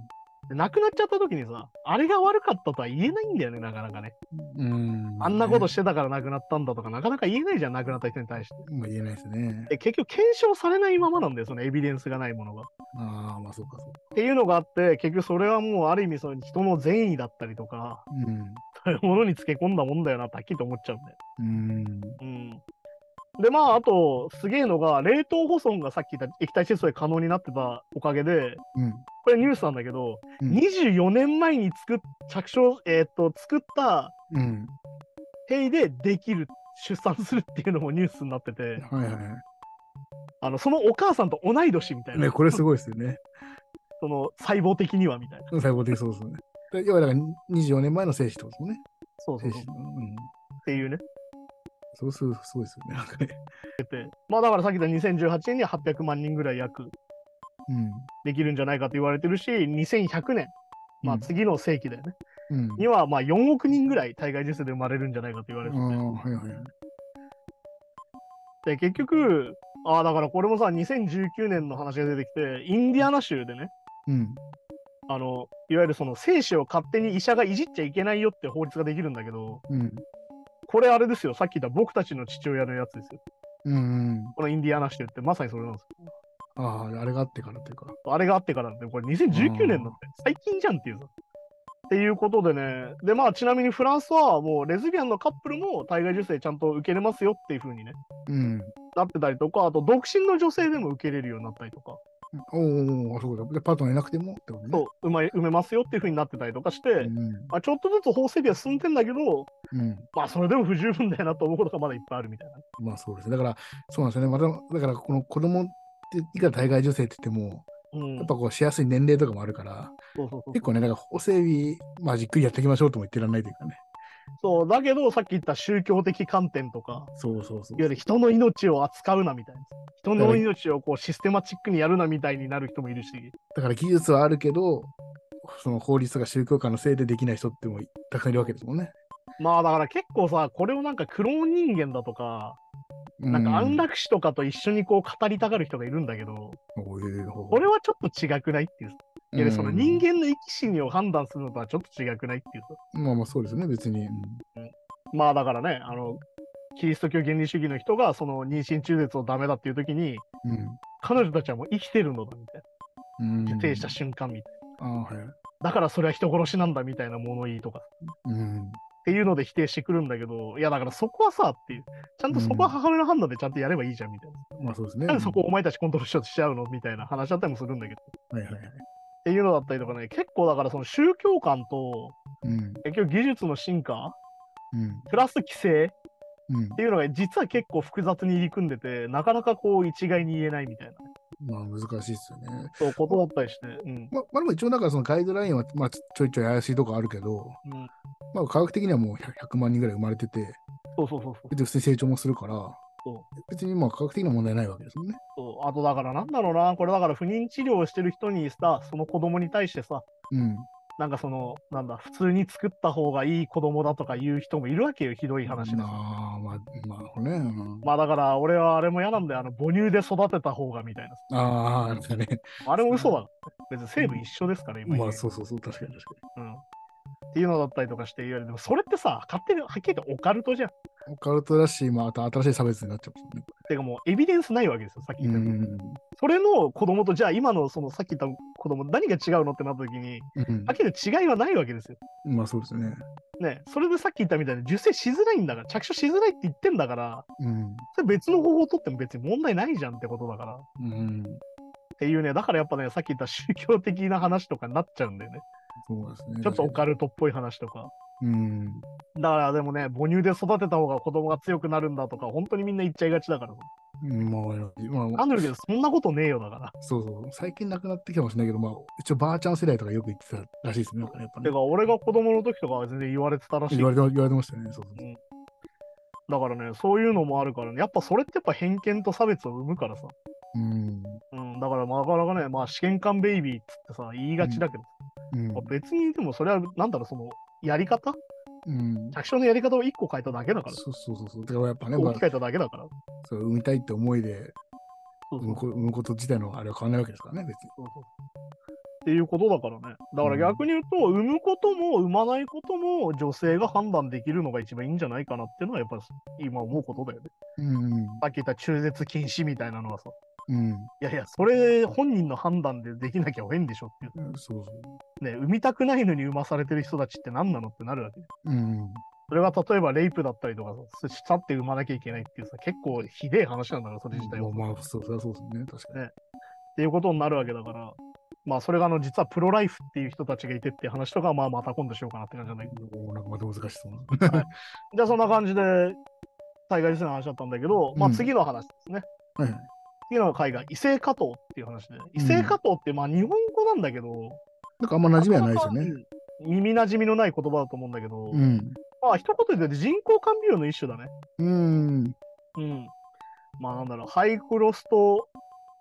Speaker 1: でなくなっちゃった時にさ、あれが悪かったとは言えないんだよね、なかなかね。
Speaker 2: うん。
Speaker 1: あんなこと
Speaker 2: て。
Speaker 1: してたからなくなったんだとか、なかなか言えないじゃん、なくなった人に対して。
Speaker 2: まあ言えないですね。
Speaker 1: で、結局、検証されないままなんだよ、そのエビデンスがないものが。っ
Speaker 2: ああ、まあそうか、そうか。
Speaker 1: ていうのがあって、結局それはもう、ある意味、その人の善意だったりとか、
Speaker 2: うん。
Speaker 1: そういうものにつけ込んだもんだよな、ってはっきりと思っちゃうんだよ。
Speaker 2: うん。
Speaker 1: うんでまああとすげえのが冷凍保存がさっき言った液体窒素で可能になってたおかげで
Speaker 2: うん。
Speaker 1: これニュースなんだけど、
Speaker 2: うん
Speaker 1: 24年前に作っ着床、えーっと作った
Speaker 2: うん。
Speaker 1: 塀でできる出産するっていうのもニュースになってて
Speaker 2: はいは
Speaker 1: あのそのお母さんと同い年みたい
Speaker 2: い。
Speaker 1: な、
Speaker 2: ね、これすごいですよね。
Speaker 1: その細胞的にはみたいな
Speaker 2: 最後的そうですよね。で要はだから24年前の精子ってことですもんね。
Speaker 1: そうそう
Speaker 2: 精
Speaker 1: そう
Speaker 2: 子
Speaker 1: っ
Speaker 2: の。うん。
Speaker 1: ていうね
Speaker 2: そうするとすごいですよねなんかね。
Speaker 1: まあだからさっき言った2018年には800万人ぐらい約できるんじゃないかと言われてるし2100年ま
Speaker 2: う
Speaker 1: あ
Speaker 2: ん
Speaker 1: 次の世紀だよね、
Speaker 2: うん。
Speaker 1: にはまあ4億人ぐらい体外受精で生まれるんじゃないかと言われ
Speaker 2: う
Speaker 1: てて、
Speaker 2: ん。ああ、はいはい。
Speaker 1: で結局ああだからこれもさ2019年の話が出てきてインディアナ州でね
Speaker 2: うん。
Speaker 1: あのいわゆるその精子を勝手に医者がいじっちゃいけないよって法律ができるんだけど
Speaker 2: うん。
Speaker 1: これあれですよさっき言った僕たちの父親のやつですよ
Speaker 2: うん。うん
Speaker 1: このインディアナ州ってまさにそれなんです
Speaker 2: ああ、あれがあってからというか。
Speaker 1: よあれがあってからなんでこれ2019年だって最近じゃんっていうさっていうことでねでまあちなみにフランスはもうレズビアンのカップルも体外受精ちゃんと受けれますよっていう風にね
Speaker 2: うん。
Speaker 1: なってたりとか、あと独身の女性でも受けれるようになったりとか、
Speaker 2: おお、あそうだ。で、パートナーいなくてもってことね。
Speaker 1: そう埋め埋めますよっていう風になってたりとかして、
Speaker 2: うん。
Speaker 1: まあ、ちょっとずつ法整備は進んでんだけど、
Speaker 2: うん。
Speaker 1: まあそれでも不十分だよなと思うことがまだいっぱいあるみたいな。
Speaker 2: まあそうですね。だから、そうなんですよね。また、だから、この子供って、いくら体外受精って言っても、
Speaker 1: うん、
Speaker 2: やっぱこう、しやすい年齢とかもあるから、
Speaker 1: そうそうそう
Speaker 2: 結構ね、だから法整備、まあじっくりやっていきましょうとも言ってらんないというかね。
Speaker 1: そうだけど、さっき言った宗教的観点とか、
Speaker 2: そうそうそう。
Speaker 1: いわゆる人の命を扱うなみたいな、人の命をこうシステマチックにやるなみたいになる人もいるし、
Speaker 2: だから技術はあるけど、その法律とか宗教家のせいでできない人ってもたくさんいるわけですもんね。
Speaker 1: まあだから結構さ、これをなんかクローン人間だとか、
Speaker 2: う
Speaker 1: なんか安楽死とかと一緒にこう語りたがる人がいるんだけど、
Speaker 2: これ
Speaker 1: これはちょっと違くないっていう。いやその人間の生き死にを判断するのとはちょっと違くないっていうさ
Speaker 2: 間。まあまあそうですね、別に。うん
Speaker 1: まあだからねあのキリスト教原理主義の人がその妊娠中絶をダメだっていう時に彼女たちはもう生きてるのだみたい
Speaker 2: うん。
Speaker 1: な
Speaker 2: うん。
Speaker 1: 受精した瞬間みたい
Speaker 2: ああ、はい。
Speaker 1: なだからそれは人殺しなんだみたいな物言いとかっ
Speaker 2: うん。
Speaker 1: ていうので否定してくるんだけどいやだからそこはさっていうちゃんとそこは母親の判断でちゃんとやればいいじゃんみたいな、
Speaker 2: まあそうですね。
Speaker 1: なんでそこお前たちコントロールしようとしちゃうのみたいな話だったりもするんだけどっ
Speaker 2: はいはいはい。
Speaker 1: ていうのだったりとかね結構だからその宗教観と
Speaker 2: うん。
Speaker 1: 結局技術の進化
Speaker 2: うん。
Speaker 1: プラス規制
Speaker 2: うん
Speaker 1: っ。ていうのが実は結構複雑に入り組んでてなかなかこう一概に言えないみたいな
Speaker 2: まあ難しいですよね。
Speaker 1: そうことだったりして、うん
Speaker 2: まあ、まあ、でも一応なんかそのガイドラインは、まあ、ちょいちょい怪しいとこあるけど、
Speaker 1: うん、
Speaker 2: まあ科学的にはもう 100, 100万人ぐらい生まれてて、
Speaker 1: そうそうそうそう
Speaker 2: 別に普通に成長もするから
Speaker 1: そ、
Speaker 2: 別にまあ科学的な問題ないわけですもんね。
Speaker 1: そうあとだからなんだろうなこれだから不妊治療をしてる人にさその子供に対してさ
Speaker 2: うん。
Speaker 1: なんかそのなんだ普通に作った方がいい子供だとか言う人もいるわけよひどい話で
Speaker 2: な
Speaker 1: さ
Speaker 2: あまあ、まあね。うん
Speaker 1: まあだから俺はあれも嫌なんだよあの母乳で育てた方がみたいな
Speaker 2: ああ、なんかね。
Speaker 1: あれも嘘だ別に成分一緒ですから今、
Speaker 2: まあそうそうそう、確かに確か
Speaker 1: うん、っていうのだったりとかして言われてもそれってさ勝手にはっきり言ってオカルトじゃん
Speaker 2: に。オカルトだし、まあ、あと新しい差別になっちゃうもんね。
Speaker 1: てかもうエビデンスないわけですよさっき言ったように
Speaker 2: ん。
Speaker 1: それの子供とじゃあ今のそのさっき言った子供何が違うのってなった時にはっきりと違いはないわけですよ。
Speaker 2: うん、まあそうですね。
Speaker 1: ねそれでさっき言ったみたいに受精しづらいんだから着床しづらいって言ってんだから
Speaker 2: うん。
Speaker 1: それ別の方法を取っても別に問題ないじゃんってことだからっ
Speaker 2: うん。
Speaker 1: っていうね、だからやっぱね、さっき言った宗教的な話とかになっちゃうんだよね。
Speaker 2: そうですね。
Speaker 1: ちょっとオカルトっぽい話とか。
Speaker 2: うん。
Speaker 1: だからでもね、母乳で育てた方が子供が強くなるんだとか、本当にみんな言っちゃいがちだからさ。
Speaker 2: うんまあ、まあ、ま
Speaker 1: な
Speaker 2: あ、
Speaker 1: んだけど、そんなことねえよだから。
Speaker 2: そうそう。最近なくなってきたかもしれないけど、まあ、一応ばあちゃん世代とかよく言ってたらしいですね。なんかやっぱね
Speaker 1: てか、俺が子供の時とかは全然言われてたらしい
Speaker 2: 言。われて言われてましたよね。そうそう
Speaker 1: だからね、そういうのもあるからね、やっぱそれってやっぱ偏見と差別を生むからさ。
Speaker 2: うん。
Speaker 1: うん、だからなかなかね、まあ試験官ベイビーっつってさ、言いがちだけど、
Speaker 2: うん
Speaker 1: まあ。別にでもそれは、なんだろう、その、やり方
Speaker 2: うん。
Speaker 1: 着床のやり方を1個変えただけだから。
Speaker 2: そうそうそうそう。だからやっぱね、まあ
Speaker 1: 置き換えただけだから。
Speaker 2: そう産みたいって思いで
Speaker 1: そ
Speaker 2: 産
Speaker 1: うそう
Speaker 2: むこ産むこと自体のあれは変わらないわけですからね、別に。
Speaker 1: そうそうっていうことだからね。だから逆に言うと、産むことも産まないことも女性が判断できるのが一番いいんじゃないかなっていうのは、やっぱり今思うことだよね。
Speaker 2: うん。
Speaker 1: さっき言った中絶禁止みたいなのはさ、
Speaker 2: うん。
Speaker 1: いやいや、それ本人の判断でできなきゃおへんでしょっていう。
Speaker 2: そうそ
Speaker 1: ね、産みたくないのに産まされてる人たちって何なのってなるわけ。
Speaker 2: う。うん。
Speaker 1: それが例えばレイプだったりとかさ、したって産まなきゃいけないっていうさ、結構ひでえ話なんだから、それ自体は。
Speaker 2: まあ、まあ、そうそりゃそうですね、確かに。
Speaker 1: っていうことになるわけだから、まあそれがあの実はプロライフっていう人たちがいてっていう話とかはまあまた今度しようかなって感じなんだけど。
Speaker 2: おなんかまた難しそうな。
Speaker 1: じゃあそんな感じで対外実践の話だったんだけど、まあ
Speaker 2: うん
Speaker 1: 次の話ですね。
Speaker 2: はいはい。
Speaker 1: 次の海外、異性加藤っていう話で。異性加藤ってまあ日本語なんだけど、
Speaker 2: なんかあんま馴染みはないですよ ね。
Speaker 1: うん耳馴染みのない言葉だと思うんだけど、
Speaker 2: うん。
Speaker 1: まあ一言で言うと人工甘美容の一種だね。
Speaker 2: うん。
Speaker 1: うん。まあなんだろう、ハイクロスト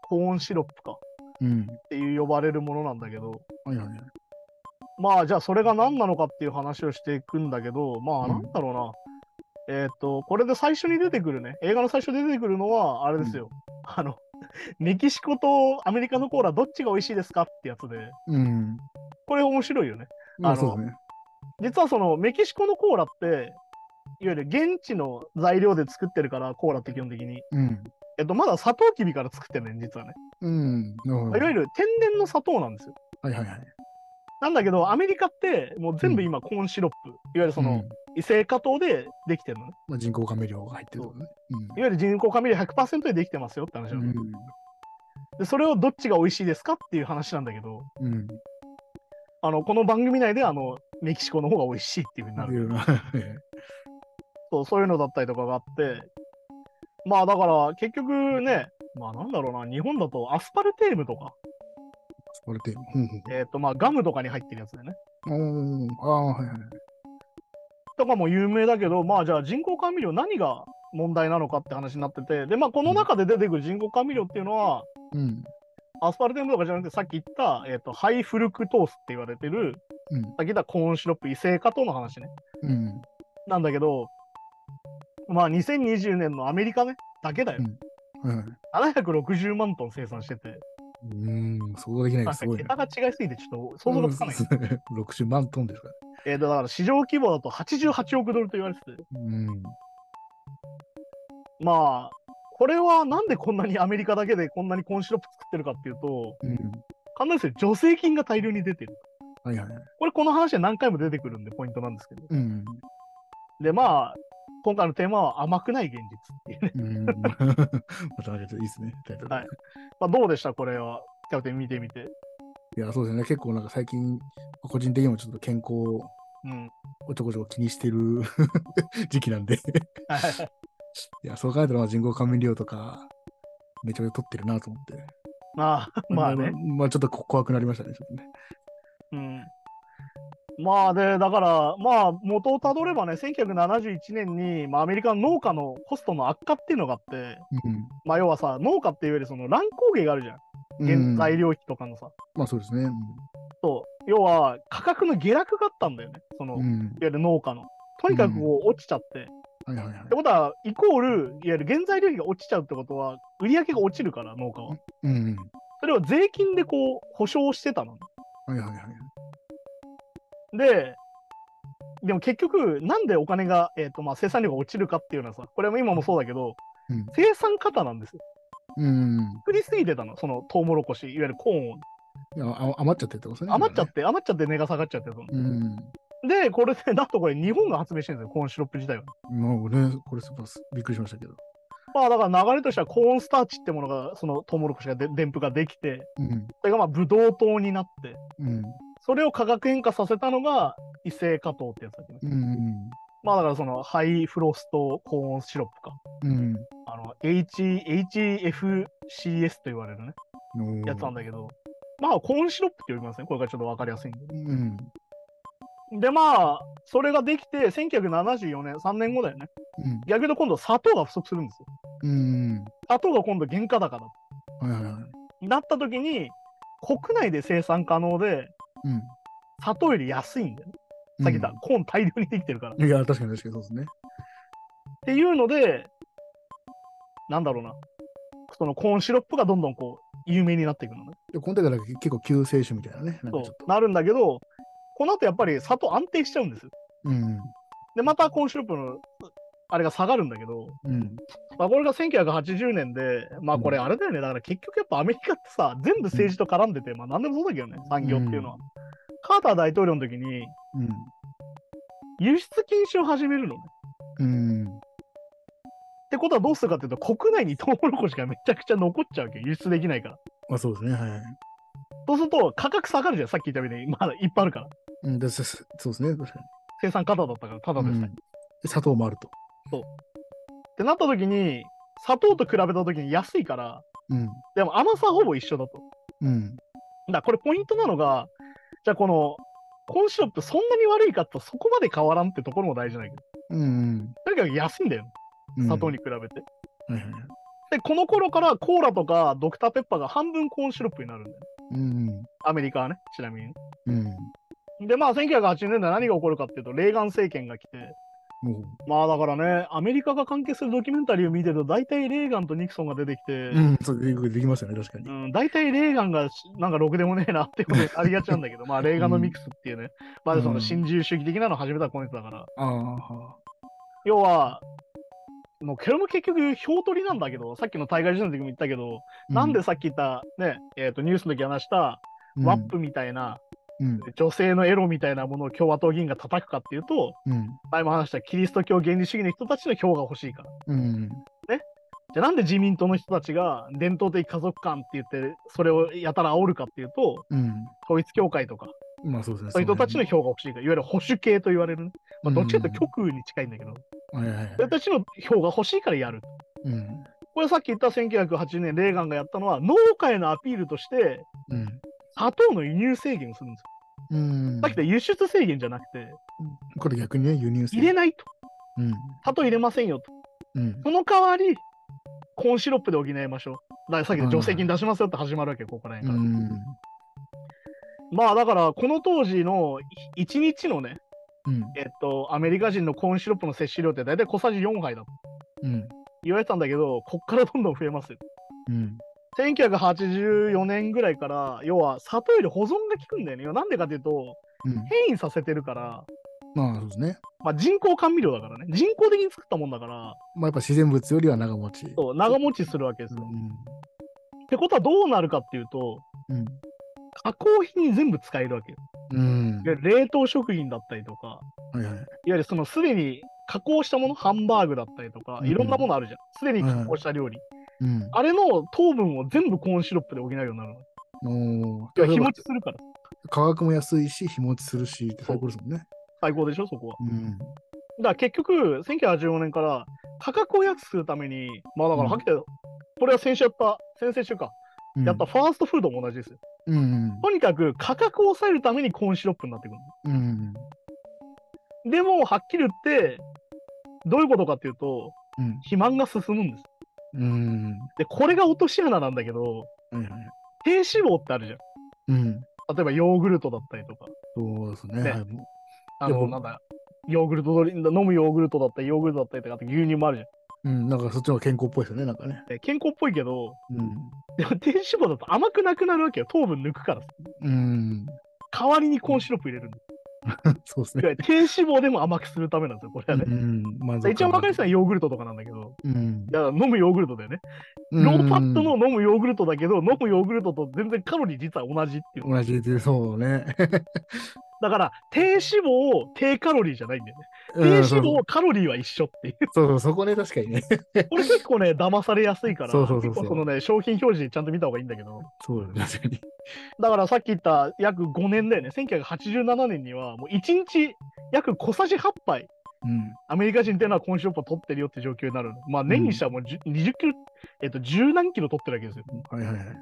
Speaker 1: コーンシロップかっ
Speaker 2: うん。
Speaker 1: ていう呼ばれるものなんだけど、
Speaker 2: はいはいはい。
Speaker 1: まあじゃあそれが何なのかっていう話をしていくんだけど、ま
Speaker 2: う
Speaker 1: あ
Speaker 2: ん
Speaker 1: なんだろうな。えーっと、これで最初に出てくるね、映画の最初に出てくるのは、あれですよ。あの、メキシコとアメリカのコーラどっちが美味しいですかってやつで、
Speaker 2: うん。
Speaker 1: これ面白いよね。
Speaker 2: ま
Speaker 1: あ
Speaker 2: あ、
Speaker 1: の
Speaker 2: そうですね。
Speaker 1: 実はそのメキシコのコーラって、いわゆる現地の材料で作ってるから、コーラって基本的に。
Speaker 2: うん。
Speaker 1: えっと、まだサトウキビから作ってるね、実はね。
Speaker 2: うん。なるほど。
Speaker 1: いわゆる天然の砂糖なんですよ。
Speaker 2: はいはいはい。
Speaker 1: なんだけど、アメリカってもう全部今コーンシロップ、いわゆるその、
Speaker 2: うん
Speaker 1: 異性化糖でできてるのね。
Speaker 2: まあ、人工甘味料が入ってるとかね。
Speaker 1: いわゆる人工甘味料100%でできてますよって話
Speaker 2: う
Speaker 1: なの、
Speaker 2: ん。
Speaker 1: でそれをどっちが美味しいですかっていう話なんだけど、
Speaker 2: うん。うん。
Speaker 1: あのこの番組内であのメキシコの方が美味しいっていうふうになる、
Speaker 2: いろいろはいはい
Speaker 1: そう。そういうのだったりとかがあって、まあだから結局ね、まあなんだろうな、日本だとアスパルテームとか、
Speaker 2: それで、うんうん
Speaker 1: えっとまあガムとかに入ってるやつでね、
Speaker 2: おーああ、はいはい。
Speaker 1: とかも有名だけど、まあじゃあ人工甘味料何が問題なのかって話になってて、でまあこの中で出てくる人工甘味料っていうのは、
Speaker 2: うん。
Speaker 1: アスパルテームとかじゃなくて、さっき言った、えー、とハイフルクトースって言われてる、
Speaker 2: うん
Speaker 1: さっき言ったコーンシロップ異性化糖の話ね。
Speaker 2: うん。
Speaker 1: なんだけど、まあ2020年のアメリカね、だけだよ。
Speaker 2: はいはい。
Speaker 1: 760万トン生産してて、
Speaker 2: うーん、想像できない
Speaker 1: な
Speaker 2: で
Speaker 1: ん
Speaker 2: す。
Speaker 1: か
Speaker 2: すごいな
Speaker 1: 桁。が違いすぎてちょっと想像がつかない。
Speaker 2: 60万トンですから。
Speaker 1: えーとだから市場規模だと88億ドルと言われてて、
Speaker 2: うん。
Speaker 1: まあ、これはなんでこんなにアメリカだけでこんなにコーンシロップ作ってるかっていうと、
Speaker 2: うん。
Speaker 1: 簡単ですよ、助成金が大量に出てる。
Speaker 2: はいはい。
Speaker 1: これこの話で何回も出てくるんでポイントなんですけど。
Speaker 2: うん。
Speaker 1: で、まあ、今回のテーマは甘くない現実っていうね。
Speaker 2: うん。 またなんかちょっといいですね、タイトル。
Speaker 1: はいまあ、どうでしたこれは、キャプテン見てみて。
Speaker 2: いや、そうですね。結構なんか最近、個人的にもちょっと健康を
Speaker 1: うん。
Speaker 2: ちょこちょこ気にしてる 時期なんで。 いや、そう考えたらまあ人工甘味料とか、めちゃめちゃ取ってるなと思って。
Speaker 1: まあ、 まあね。
Speaker 2: まあちょっとこ怖くなりましたね、ちょっとね。
Speaker 1: うん。まあで、だから、まあ、元をたどればね、1971年に、まあ、アメリカの農家のコストの悪化っていうのがあって、まあ、要はさ、農家っていうより、その乱高下があるじゃん。
Speaker 2: うん。
Speaker 1: 原
Speaker 2: う
Speaker 1: 材
Speaker 2: ん
Speaker 1: 料費とかのさ。
Speaker 2: まあそうですね。
Speaker 1: そう。要は、価格の下落があったんだよね。そ
Speaker 2: う
Speaker 1: の、いわ
Speaker 2: ん。
Speaker 1: ゆる農家の。とにかくこう落ちちゃって。っ
Speaker 2: うんはいはいはい
Speaker 1: て。ことは、イコール、いわゆる原材料費が落ちちゃうってことは、売り上げが落ちるから、農家は。
Speaker 2: うん。
Speaker 1: それを税金でこう保証してたの。
Speaker 2: はいはいはい。
Speaker 1: で、でも結局、なんでお金が、えーとまあ、生産量が落ちるかっていうのはさ、これも今もそうだけど、
Speaker 2: うん
Speaker 1: 生産過多なんですよ。
Speaker 2: うん。
Speaker 1: 作りすぎてたの、そのトウモロコシ、いわゆるコーンを。
Speaker 2: いやあ余っちゃってってことですね。
Speaker 1: 余っちゃって、余っちゃって値が下がっちゃってたの。
Speaker 2: うん。
Speaker 1: で、これで、なんとこれ、日本が発明してるんですよ、コーンシロップ自体は。
Speaker 2: まあ、俺、これ、すびっくりしましたけど。
Speaker 1: まあだから流れとしてはコーンスターチってものが、そのトウモロコシがで、でんぷができて、
Speaker 2: うん。
Speaker 1: それがまあブドウ糖になって、
Speaker 2: うん。
Speaker 1: それを化学変化させたのが異性化糖ってやつだけど、ね
Speaker 2: うん。
Speaker 1: まあだからそのハイフロストコーンシロップか。
Speaker 2: うん。
Speaker 1: あの、H、HFCS と言われるね、
Speaker 2: うん
Speaker 1: やつなんだけど、まあコーンシロップって呼びますね。これがちょっとわかりやすいんで。
Speaker 2: うん。
Speaker 1: でまあ、それができて、1974年、3年後だよね。
Speaker 2: うん。
Speaker 1: 逆に言うと今度砂糖が不足するんですよ。
Speaker 2: うん。
Speaker 1: 砂糖が今度原価高だと。
Speaker 2: はいはいはい。
Speaker 1: なった時に、国内で生産可能で、
Speaker 2: うん。
Speaker 1: 砂糖より安いんだよね。さっき言った、コーン大量にできてるから。
Speaker 2: うん。いや、確かに確かにそうですね。
Speaker 1: っていうので、なんだろうな、そのコーンシロップがどんどんこう有名になっていくのね。
Speaker 2: で、この時から結構救世主みたいなね。なんか
Speaker 1: そ
Speaker 2: ちょっと。
Speaker 1: うなるんだけど、この後やっぱり砂糖安定しちゃうんですよ。
Speaker 2: うん。
Speaker 1: で、またコーンシロップのあれが下がるんだけど、
Speaker 2: うん。
Speaker 1: まあ、これが1980年で、まあこれあれだよね、だから結局やっぱアメリカってさ、全部政治と絡んでて、まあなんでもそうだけどね、産業っていうのは。カーター大統領の時に
Speaker 2: うん。
Speaker 1: 輸出禁止を始めるのね。
Speaker 2: うん。
Speaker 1: ってことはどうするかっていうと、国内にトウモロコシがめちゃくちゃ残っちゃうわけよ、輸出できないから。
Speaker 2: まあそうですね。はい。
Speaker 1: そうすると価格下がるじゃん、さっき言ったように、まだいっぱいあるから。
Speaker 2: うん、ですですそうですね。確か
Speaker 1: 生産過多だったから、ただ
Speaker 2: に。
Speaker 1: で
Speaker 2: う
Speaker 1: さ
Speaker 2: ん
Speaker 1: え。
Speaker 2: で
Speaker 1: っ
Speaker 2: 砂糖もあると。
Speaker 1: てなった時に、砂糖と比べた時に安いから、
Speaker 2: うん。
Speaker 1: でも甘さほぼ一緒だと。
Speaker 2: うん。
Speaker 1: だからこれポイントなのが、じゃあこの、コーンシロップそんなに悪いかとそこまで変わらんってところも大事だけど、
Speaker 2: うん。
Speaker 1: とにかく安いんだよ、
Speaker 2: うん
Speaker 1: 砂糖に。比べて。
Speaker 2: はいはいはい。
Speaker 1: で、この頃からコーラとかドクターペッパーが半分コーンシロップになるんだよ。
Speaker 2: うん。
Speaker 1: アメリカはね、ちなみに。
Speaker 2: うん。
Speaker 1: で、まあ1980年代何が起こるかっていうと、レーガン政権が来て、
Speaker 2: も
Speaker 1: まあだからね、アメリカが関係するドキュメンタリーを見てると、大体レーガンとニクソンが出てきて
Speaker 2: う、う、ん。そうでできますよね、確かに
Speaker 1: う。ん、大体レーガンがしなんかろくでもねえなってことにありがちなんだけど、まあレーガンのミックスっていうね、まあその新自由主義的なのを始めたこの人だから、
Speaker 2: ああ。
Speaker 1: 要は、もうこれも結局、票取りなんだけど、さっきの大会時代の時も言ったけど、なんでさっき言った、ねえー、とニュースの時話した、
Speaker 2: うん
Speaker 1: ワップみたいな、
Speaker 2: うん。
Speaker 1: 女性のエロみたいなものを共和党議員が叩くかっていうと、
Speaker 2: うん。
Speaker 1: 前も話したキリスト教原理主義の人たちの票が欲しいから。
Speaker 2: うん。
Speaker 1: じゃあなんで自民党の人たちが伝統的家族観って言ってそれをやたら煽るかっていうと
Speaker 2: うん。
Speaker 1: 統一教会とか
Speaker 2: まあそうですね。
Speaker 1: そういう人たちの票が欲しいからいわゆる保守系と言われるね、まあ、どっちかというと
Speaker 2: うん
Speaker 1: 極右に近いんだけど、
Speaker 2: はいはいはい
Speaker 1: そ。れたちの票が欲しいからやる
Speaker 2: うん。
Speaker 1: これさっき言った1980年レーガンがやったのは農家へのアピールとして
Speaker 2: うん。
Speaker 1: 砂糖の輸入制限をするんです
Speaker 2: う
Speaker 1: よ、
Speaker 2: ん。
Speaker 1: さっき言った輸出制限じゃなくて
Speaker 2: これ逆にね、輸入する
Speaker 1: 入れないと
Speaker 2: うん。
Speaker 1: 砂糖入れませんよと
Speaker 2: うん。
Speaker 1: その代わりコーンシロップで補いましょうだからさっきの助成金出しますよって始まるわけよここら
Speaker 2: う
Speaker 1: 辺から。
Speaker 2: ん。
Speaker 1: まあだからこの当時の1日のね、
Speaker 2: うん。
Speaker 1: えっと、アメリカ人のコーンシロップの摂取量って大体小さじ4杯だと
Speaker 2: うん。
Speaker 1: 言われてたんだけど、こっからどんどん増えますよ。
Speaker 2: うん。
Speaker 1: 1984年ぐらいから、要は砂糖より保存が効くんだよね。要はなんでかというと、
Speaker 2: うん。
Speaker 1: 変異させてるから、
Speaker 2: まあそうですね。
Speaker 1: まあ、人工甘味料だからね。人工的に作ったもんだから、
Speaker 2: まあやっぱ自然物よりは長持ち。
Speaker 1: そう長持ちするわけです
Speaker 2: う
Speaker 1: よ。
Speaker 2: ん。
Speaker 1: ってことはどうなるかっていうと、
Speaker 2: うん。
Speaker 1: 加工品に全部使えるわけよ。
Speaker 2: うん。
Speaker 1: いわゆる冷凍食品だったりとか、
Speaker 2: はいはい。
Speaker 1: いわゆるそのすでに加工したもの、ハンバーグだったりとか
Speaker 2: う、ん
Speaker 1: いろんなものあるじゃん。すでに加工した料理。
Speaker 2: うん。
Speaker 1: あれの糖分を全部コーンシロップで補うようになるの。
Speaker 2: お
Speaker 1: 要
Speaker 2: ー
Speaker 1: は日持ちするから。
Speaker 2: 価格も安いし、日持ちするしって最高ですもんね。
Speaker 1: 最高でしょ、そこは。
Speaker 2: うん。
Speaker 1: だから結局、1984年から価格を安くするために、まあだから、
Speaker 2: うん
Speaker 1: はっきり言うこれは先週やった、先々週か、
Speaker 2: うん
Speaker 1: やったファーストフードも同じですよ。
Speaker 2: うん。
Speaker 1: とにかく価格を抑えるためにコーンシロップになってくる
Speaker 2: うん。
Speaker 1: の。でも、はっきり言って、どういうことかっていうと、
Speaker 2: うん。
Speaker 1: 肥満が進むんです。
Speaker 2: うん。
Speaker 1: で、これが落とし穴なんだけど、
Speaker 2: はいはい。
Speaker 1: 低脂肪ってあるじゃん。
Speaker 2: うん。
Speaker 1: 例えばヨーグルトだったりとか、
Speaker 2: そうですね。
Speaker 1: ね
Speaker 2: はい。も
Speaker 1: あ
Speaker 2: で
Speaker 1: の、
Speaker 2: も
Speaker 1: なんだ、ヨーグルトドリン飲むヨーグルトだったり、ヨーグルトだったりとか、あと牛乳もあるじゃん
Speaker 2: ううん。なんかそっちの方が健康っぽいですよね、なんかね。
Speaker 1: ね。健康っぽいけど、
Speaker 2: うん。
Speaker 1: でも低脂肪だと甘くなくなるわけよ。糖分抜くからさ。
Speaker 2: うん。
Speaker 1: 代わりにコーンシロップ入れるんです。
Speaker 2: そうです
Speaker 1: いわ
Speaker 2: ね。
Speaker 1: ゆる低脂肪でも甘くするためなんですよ、これはね。
Speaker 2: ん。満足
Speaker 1: 一番わかりやすいのはヨーグルトとかなんだけど、
Speaker 2: うん。
Speaker 1: だから飲むヨーグルトだよね。ローパッドの飲むヨーグルトだけど、飲むヨーグルトと全然カロリー実は同じっていう。
Speaker 2: 同じでそうね。
Speaker 1: だから、低脂肪、低カロリーじゃないんだよね。低
Speaker 2: う
Speaker 1: 脂
Speaker 2: んそう
Speaker 1: 肪、カロリーは一緒っていう。
Speaker 2: そうそう、そこね、確かにね。
Speaker 1: これ結構ね、騙されやすいから、
Speaker 2: そうそうそうそう
Speaker 1: 結構そのね、商品表示ちゃんと見た方がいいんだけど。
Speaker 2: そうよね、確かに。
Speaker 1: だからさっき言った約5年だよね、1987年には、もう1日約小さじ8杯、
Speaker 2: うん。
Speaker 1: アメリカ人っていうのは今週ポ取ってるよって状況になる。まあ年にしたらもう10 20キロ、えっと、10何キロ取ってるわけですよ。っ
Speaker 2: はいはいはい。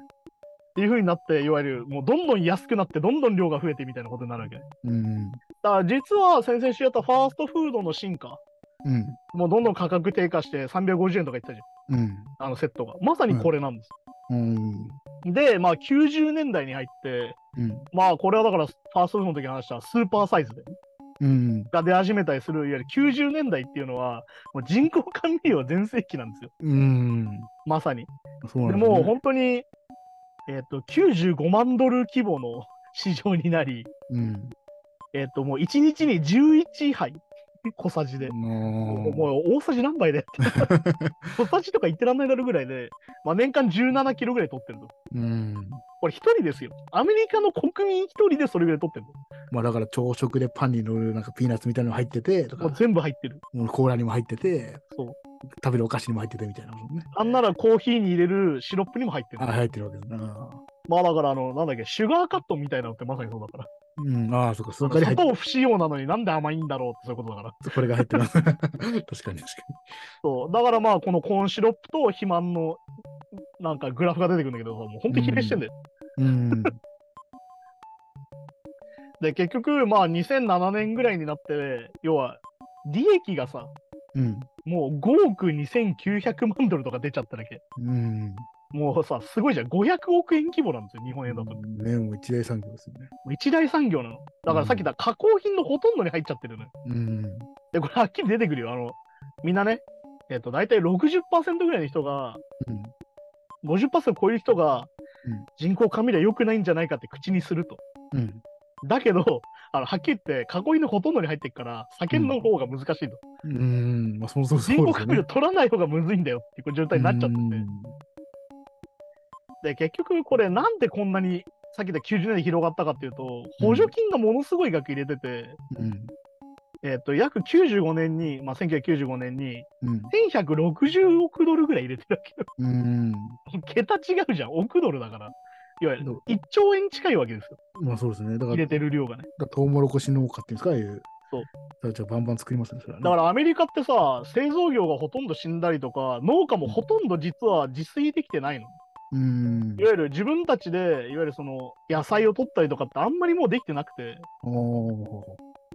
Speaker 1: ていう風になって、いわゆるもうどんどん安くなって、どんどん量が増えてみたいなことになるわけ。だ
Speaker 2: うん。
Speaker 1: から実は先々週やったファーストフードの進化、
Speaker 2: うん。
Speaker 1: もうどんどん価格低下して350円とかいったじ
Speaker 2: うん。
Speaker 1: ゃん、あのセットが。まさにこれなんです。
Speaker 2: うん。
Speaker 1: で、まあ90年代に入って、
Speaker 2: うん。
Speaker 1: まあこれはだからファーストフードの時に話したスーパーサイズで。
Speaker 2: うん。
Speaker 1: が出始めたりするいわゆる90年代っていうのはもう人口管理は全盛期なんですよ
Speaker 2: うん。
Speaker 1: まさに。
Speaker 2: そう
Speaker 1: で
Speaker 2: なんだね
Speaker 1: もう本当に、えっと95万ドル規模の市場になり、
Speaker 2: うん。
Speaker 1: えっともう1日に11杯小さじで。もう
Speaker 2: も
Speaker 1: もう大さじ何杯 で小さじとか言ってらんないだろうぐらいで、まあ、年間17キロぐらい取ってると。
Speaker 2: う、うん。
Speaker 1: これ一人ですよ。アメリカの国民一人でそれぐらい取ってる
Speaker 2: まあだから朝食でパンに乗るなんかピーナッツみたいなの入っててと
Speaker 1: の。もう
Speaker 2: か、
Speaker 1: 全部入ってる。
Speaker 2: もうコーラにも入ってて、
Speaker 1: そう
Speaker 2: 食べるお菓子にも入っててみたいなもんね。
Speaker 1: あんならコーヒーに入れるシロップにも入ってる。
Speaker 2: あ、入ってるわけだな。
Speaker 1: まあだからあの、なんだっけ、シュガーカットみたいなのってまさにそうだから。
Speaker 2: うん、ああ、そっか、そ
Speaker 1: 砂
Speaker 2: っかに入って
Speaker 1: 糖不使用なのになんで甘いんだろうってそういうことだから。
Speaker 2: これが入ってる。確かに確かに。
Speaker 1: そう。だからまあ、このコーンシロップと肥満のなんかグラフが出てくるんだけどさ、もう本当に比例してんだよ。
Speaker 2: うん。
Speaker 1: で、結局まあ2007年ぐらいになって、要は利益がさ、
Speaker 2: うん。
Speaker 1: もう5億2900万ドルとか出ちゃっただけ。
Speaker 2: うん。
Speaker 1: もうさ、すごいじゃん。500億円規模なんですよ、日本円だと。も
Speaker 2: ね、もう一大産業ですよね。
Speaker 1: う一大産業なの。だからさっき言った加工品のほとんどに入っちゃってるのよ。
Speaker 2: うん。
Speaker 1: で、これはっきり出てくるよ。あの、みんなね、えっ、と、大体60%ぐらいの人が、
Speaker 2: うん
Speaker 1: 50%超える人が
Speaker 2: うん
Speaker 1: 人口管理は良くないんじゃないかって口にすると。
Speaker 2: うん。
Speaker 1: だけど、あのはっきり言って、囲いのほとんどに入ってるから、酒の方が難しいと。
Speaker 2: うん。まあ、そもそもそう
Speaker 1: 人口
Speaker 2: ですよ
Speaker 1: 管理を
Speaker 2: ね。
Speaker 1: 取らない方がむずいんだよっていう状態になっちゃってて、で、結局これ、なんでこんなに、さっき言った90年代広がったかっていうと、補助金がものすごい額入れてて、
Speaker 2: うん。
Speaker 1: えっと、約95年に、まあ、1995年に、
Speaker 2: うん。
Speaker 1: 1160億ドルぐらい入れてるわけよ。
Speaker 2: うん。
Speaker 1: 桁違うじゃん、億ドルだから。いわゆ
Speaker 2: ど
Speaker 1: る
Speaker 2: う
Speaker 1: 1兆円近いわけですよ、
Speaker 2: まあ、そうですね。だから、
Speaker 1: 入れてる量がね。
Speaker 2: だトウモロコシ農家っていうんですか、ああいう。
Speaker 1: そう
Speaker 2: う。じゃあ、バンバン作りますね、それはね。
Speaker 1: だからアメリカってさ、製造業がほとんど死んだりとか、農家もほとんど実は自炊できてないの。
Speaker 2: うん
Speaker 1: い。わゆる自分たちで、いわゆるその野菜を取ったりとかってあんまりもうできてなくて、
Speaker 2: おー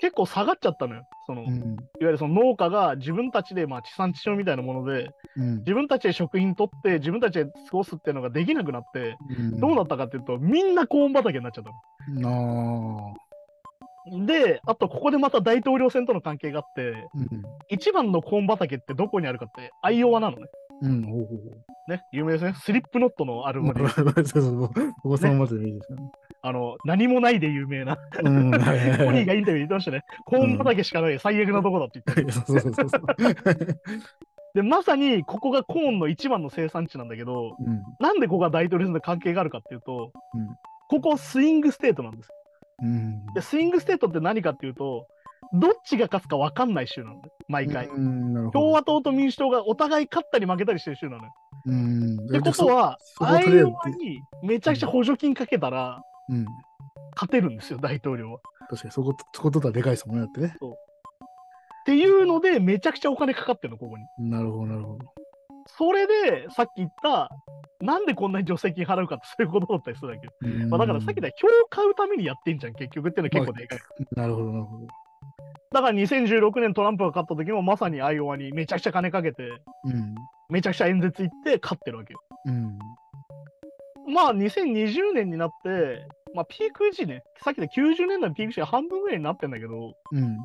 Speaker 1: 結構下がっちゃったのよ。その、
Speaker 2: う
Speaker 1: いわ
Speaker 2: ん。
Speaker 1: ゆるその農家が自分たちで、まあ地産地消みたいなもので、
Speaker 2: うん。
Speaker 1: 自分たちで食品取って、自分たちで過ごすっていうのができなくなって、
Speaker 2: うん
Speaker 1: どうなったかっていうと、みんなコーン畑になっちゃった
Speaker 2: なあ。
Speaker 1: の。で、あとここでまた大統領選との関係があって、
Speaker 2: うん。
Speaker 1: 一番のコーン畑ってどこにあるかって、アイオワなのね。
Speaker 2: うん。ほうほう
Speaker 1: ね、有名ですね。スリップノットのアル
Speaker 2: ほ
Speaker 1: バムで
Speaker 2: う。そうそう。もうお子さんまででいいですよね。
Speaker 1: あの、何もないで有 名な、
Speaker 2: うん。はいはいはい
Speaker 1: ポニーがインタビューに言ってましたね。コーン畑しかない、最悪なとこだって言って。
Speaker 2: そうそうそうそう。
Speaker 1: で、まさにここがコーンの一番の生産地なんだけど、
Speaker 2: うん。
Speaker 1: なんでここが大統領選と関係があるかっていうと、
Speaker 2: うん
Speaker 1: ここスイングステートなんですよ。
Speaker 2: うん。
Speaker 1: で、スイングステートって何かっていうと、どっちが勝つか分かんない州なのね、毎回。
Speaker 2: うん。なるほど。
Speaker 1: 共和党と民主党がお互い勝ったり負けたりしてる州なのよ。
Speaker 2: うん。
Speaker 1: ってことは、
Speaker 2: そそ
Speaker 1: ア
Speaker 2: こ取れ
Speaker 1: イ
Speaker 2: るっ
Speaker 1: オ
Speaker 2: て
Speaker 1: ワにめちゃくちゃ補助金かけたら、
Speaker 2: うん。
Speaker 1: 勝てるんですよ、大統領は。
Speaker 2: 確かに、そこ、そことったらでかいですもんね。だってね。
Speaker 1: っていうので、めちゃくちゃお金かかってるの、ここに。
Speaker 2: なるほど、なるほど。
Speaker 1: それで、さっき言った、なんでこんなに助成金払うかってそういうことだったりするんだけど、
Speaker 2: うん
Speaker 1: まあ、だからさっき言った票を買うためにやってんじゃん、結局っていうのは結構でかい。
Speaker 2: なるほど、なるほど。
Speaker 1: だから2016年トランプが勝った時もまさにアイオワにめちゃくちゃ金かけて、
Speaker 2: うん。
Speaker 1: めちゃくちゃ演説行って勝ってるわけよ。
Speaker 2: うん。
Speaker 1: まあ2020年になって、まあピーク時ね、さっき言った90年代のピーク時が半分ぐらいになってんだけど、
Speaker 2: うん。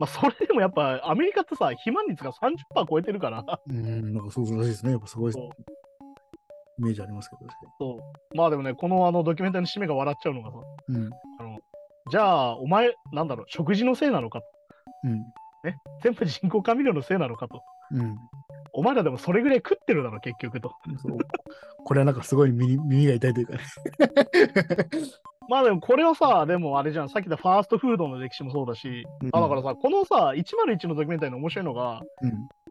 Speaker 1: まあそれでもやっぱアメリカってさ、肥満率が30%超えてるから、
Speaker 2: うん。なんかそうらしいですね。やっぱすごい
Speaker 1: そう
Speaker 2: イメージありますけど。
Speaker 1: そうまあでもね、このあのドキュメンタリーの締めが笑っちゃうのがさ、
Speaker 2: うん。
Speaker 1: あのじゃあ、お前、なんだろう、食事のせいなのかと、
Speaker 2: うん。
Speaker 1: 全部人工甘味料のせいなのかと、
Speaker 2: うん。
Speaker 1: お前らでもそれぐらい食ってるだろ、結局と。
Speaker 2: そう。これはなんかすごい耳耳が痛いというかね。
Speaker 1: まあでもこれはさ、でもあれじゃん、さっきのファーストフードの歴史もそうだし、
Speaker 2: うん
Speaker 1: あだからさ、このさ、101のドキュメンタリーの面白いのが、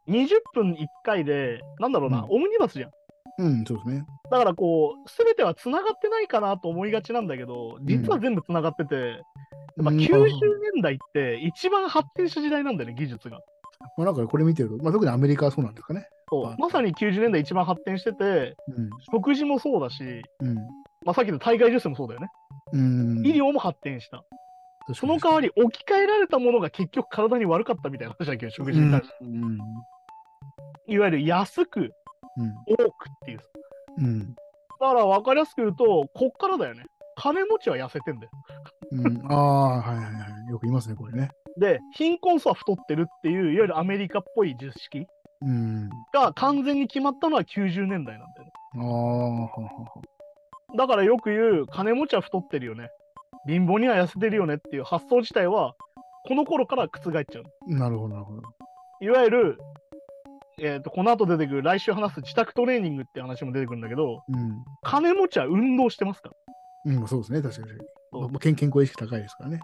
Speaker 2: う
Speaker 1: 20分1回で、なんだろうな、
Speaker 2: うん
Speaker 1: オムニバスじゃん。
Speaker 2: ん。うん、そうですね。
Speaker 1: だからこう、すべては繋がってないかなと思いがちなんだけど、実は全部繋がってて、やっぱ
Speaker 2: うん
Speaker 1: 90年代って一番発展した時代なんだよね、技術が。
Speaker 2: まあ、なんかこれ見てると、まあ、特にアメリカはそうなんですかね。
Speaker 1: そう
Speaker 2: はい
Speaker 1: まさに90年代一番発展してて、食事もそうだし、
Speaker 2: うん。
Speaker 1: まあ、さっきの体外受精もそうだよね。
Speaker 2: うん。うん。
Speaker 1: 医療も発展した。その代わり置き換えられたものが結局体に悪かったみたいな話だけど、食事に対して。
Speaker 2: うん。うん。
Speaker 1: いわゆる安く多くっていう。
Speaker 2: うん。
Speaker 1: だから分かりやすく言うと、こっからだよね。金持ちは痩せてんだよ。
Speaker 2: うん。ああ、はいはいはい。よく言いますね、これね。
Speaker 1: で、貧困層は太ってるっていう、いわゆるアメリカっぽい図式
Speaker 2: うん。
Speaker 1: が完全に決まったのは90年代なんだよね。
Speaker 2: ああ、ははは
Speaker 1: だからよく言う、金持ちは太ってるよね。貧乏には痩せてるよねっていう発想自体は、この頃から覆っちゃう。
Speaker 2: なるほど、なるほど。
Speaker 1: いわゆる、えー、とこの後出てくる来週話す自宅トレーニングって話も出てくるんだけど金持ちは運動してますから
Speaker 2: うん。うん、そうですね、確かに。
Speaker 1: そう
Speaker 2: まあ、健健康意識高いですからね。
Speaker 1: い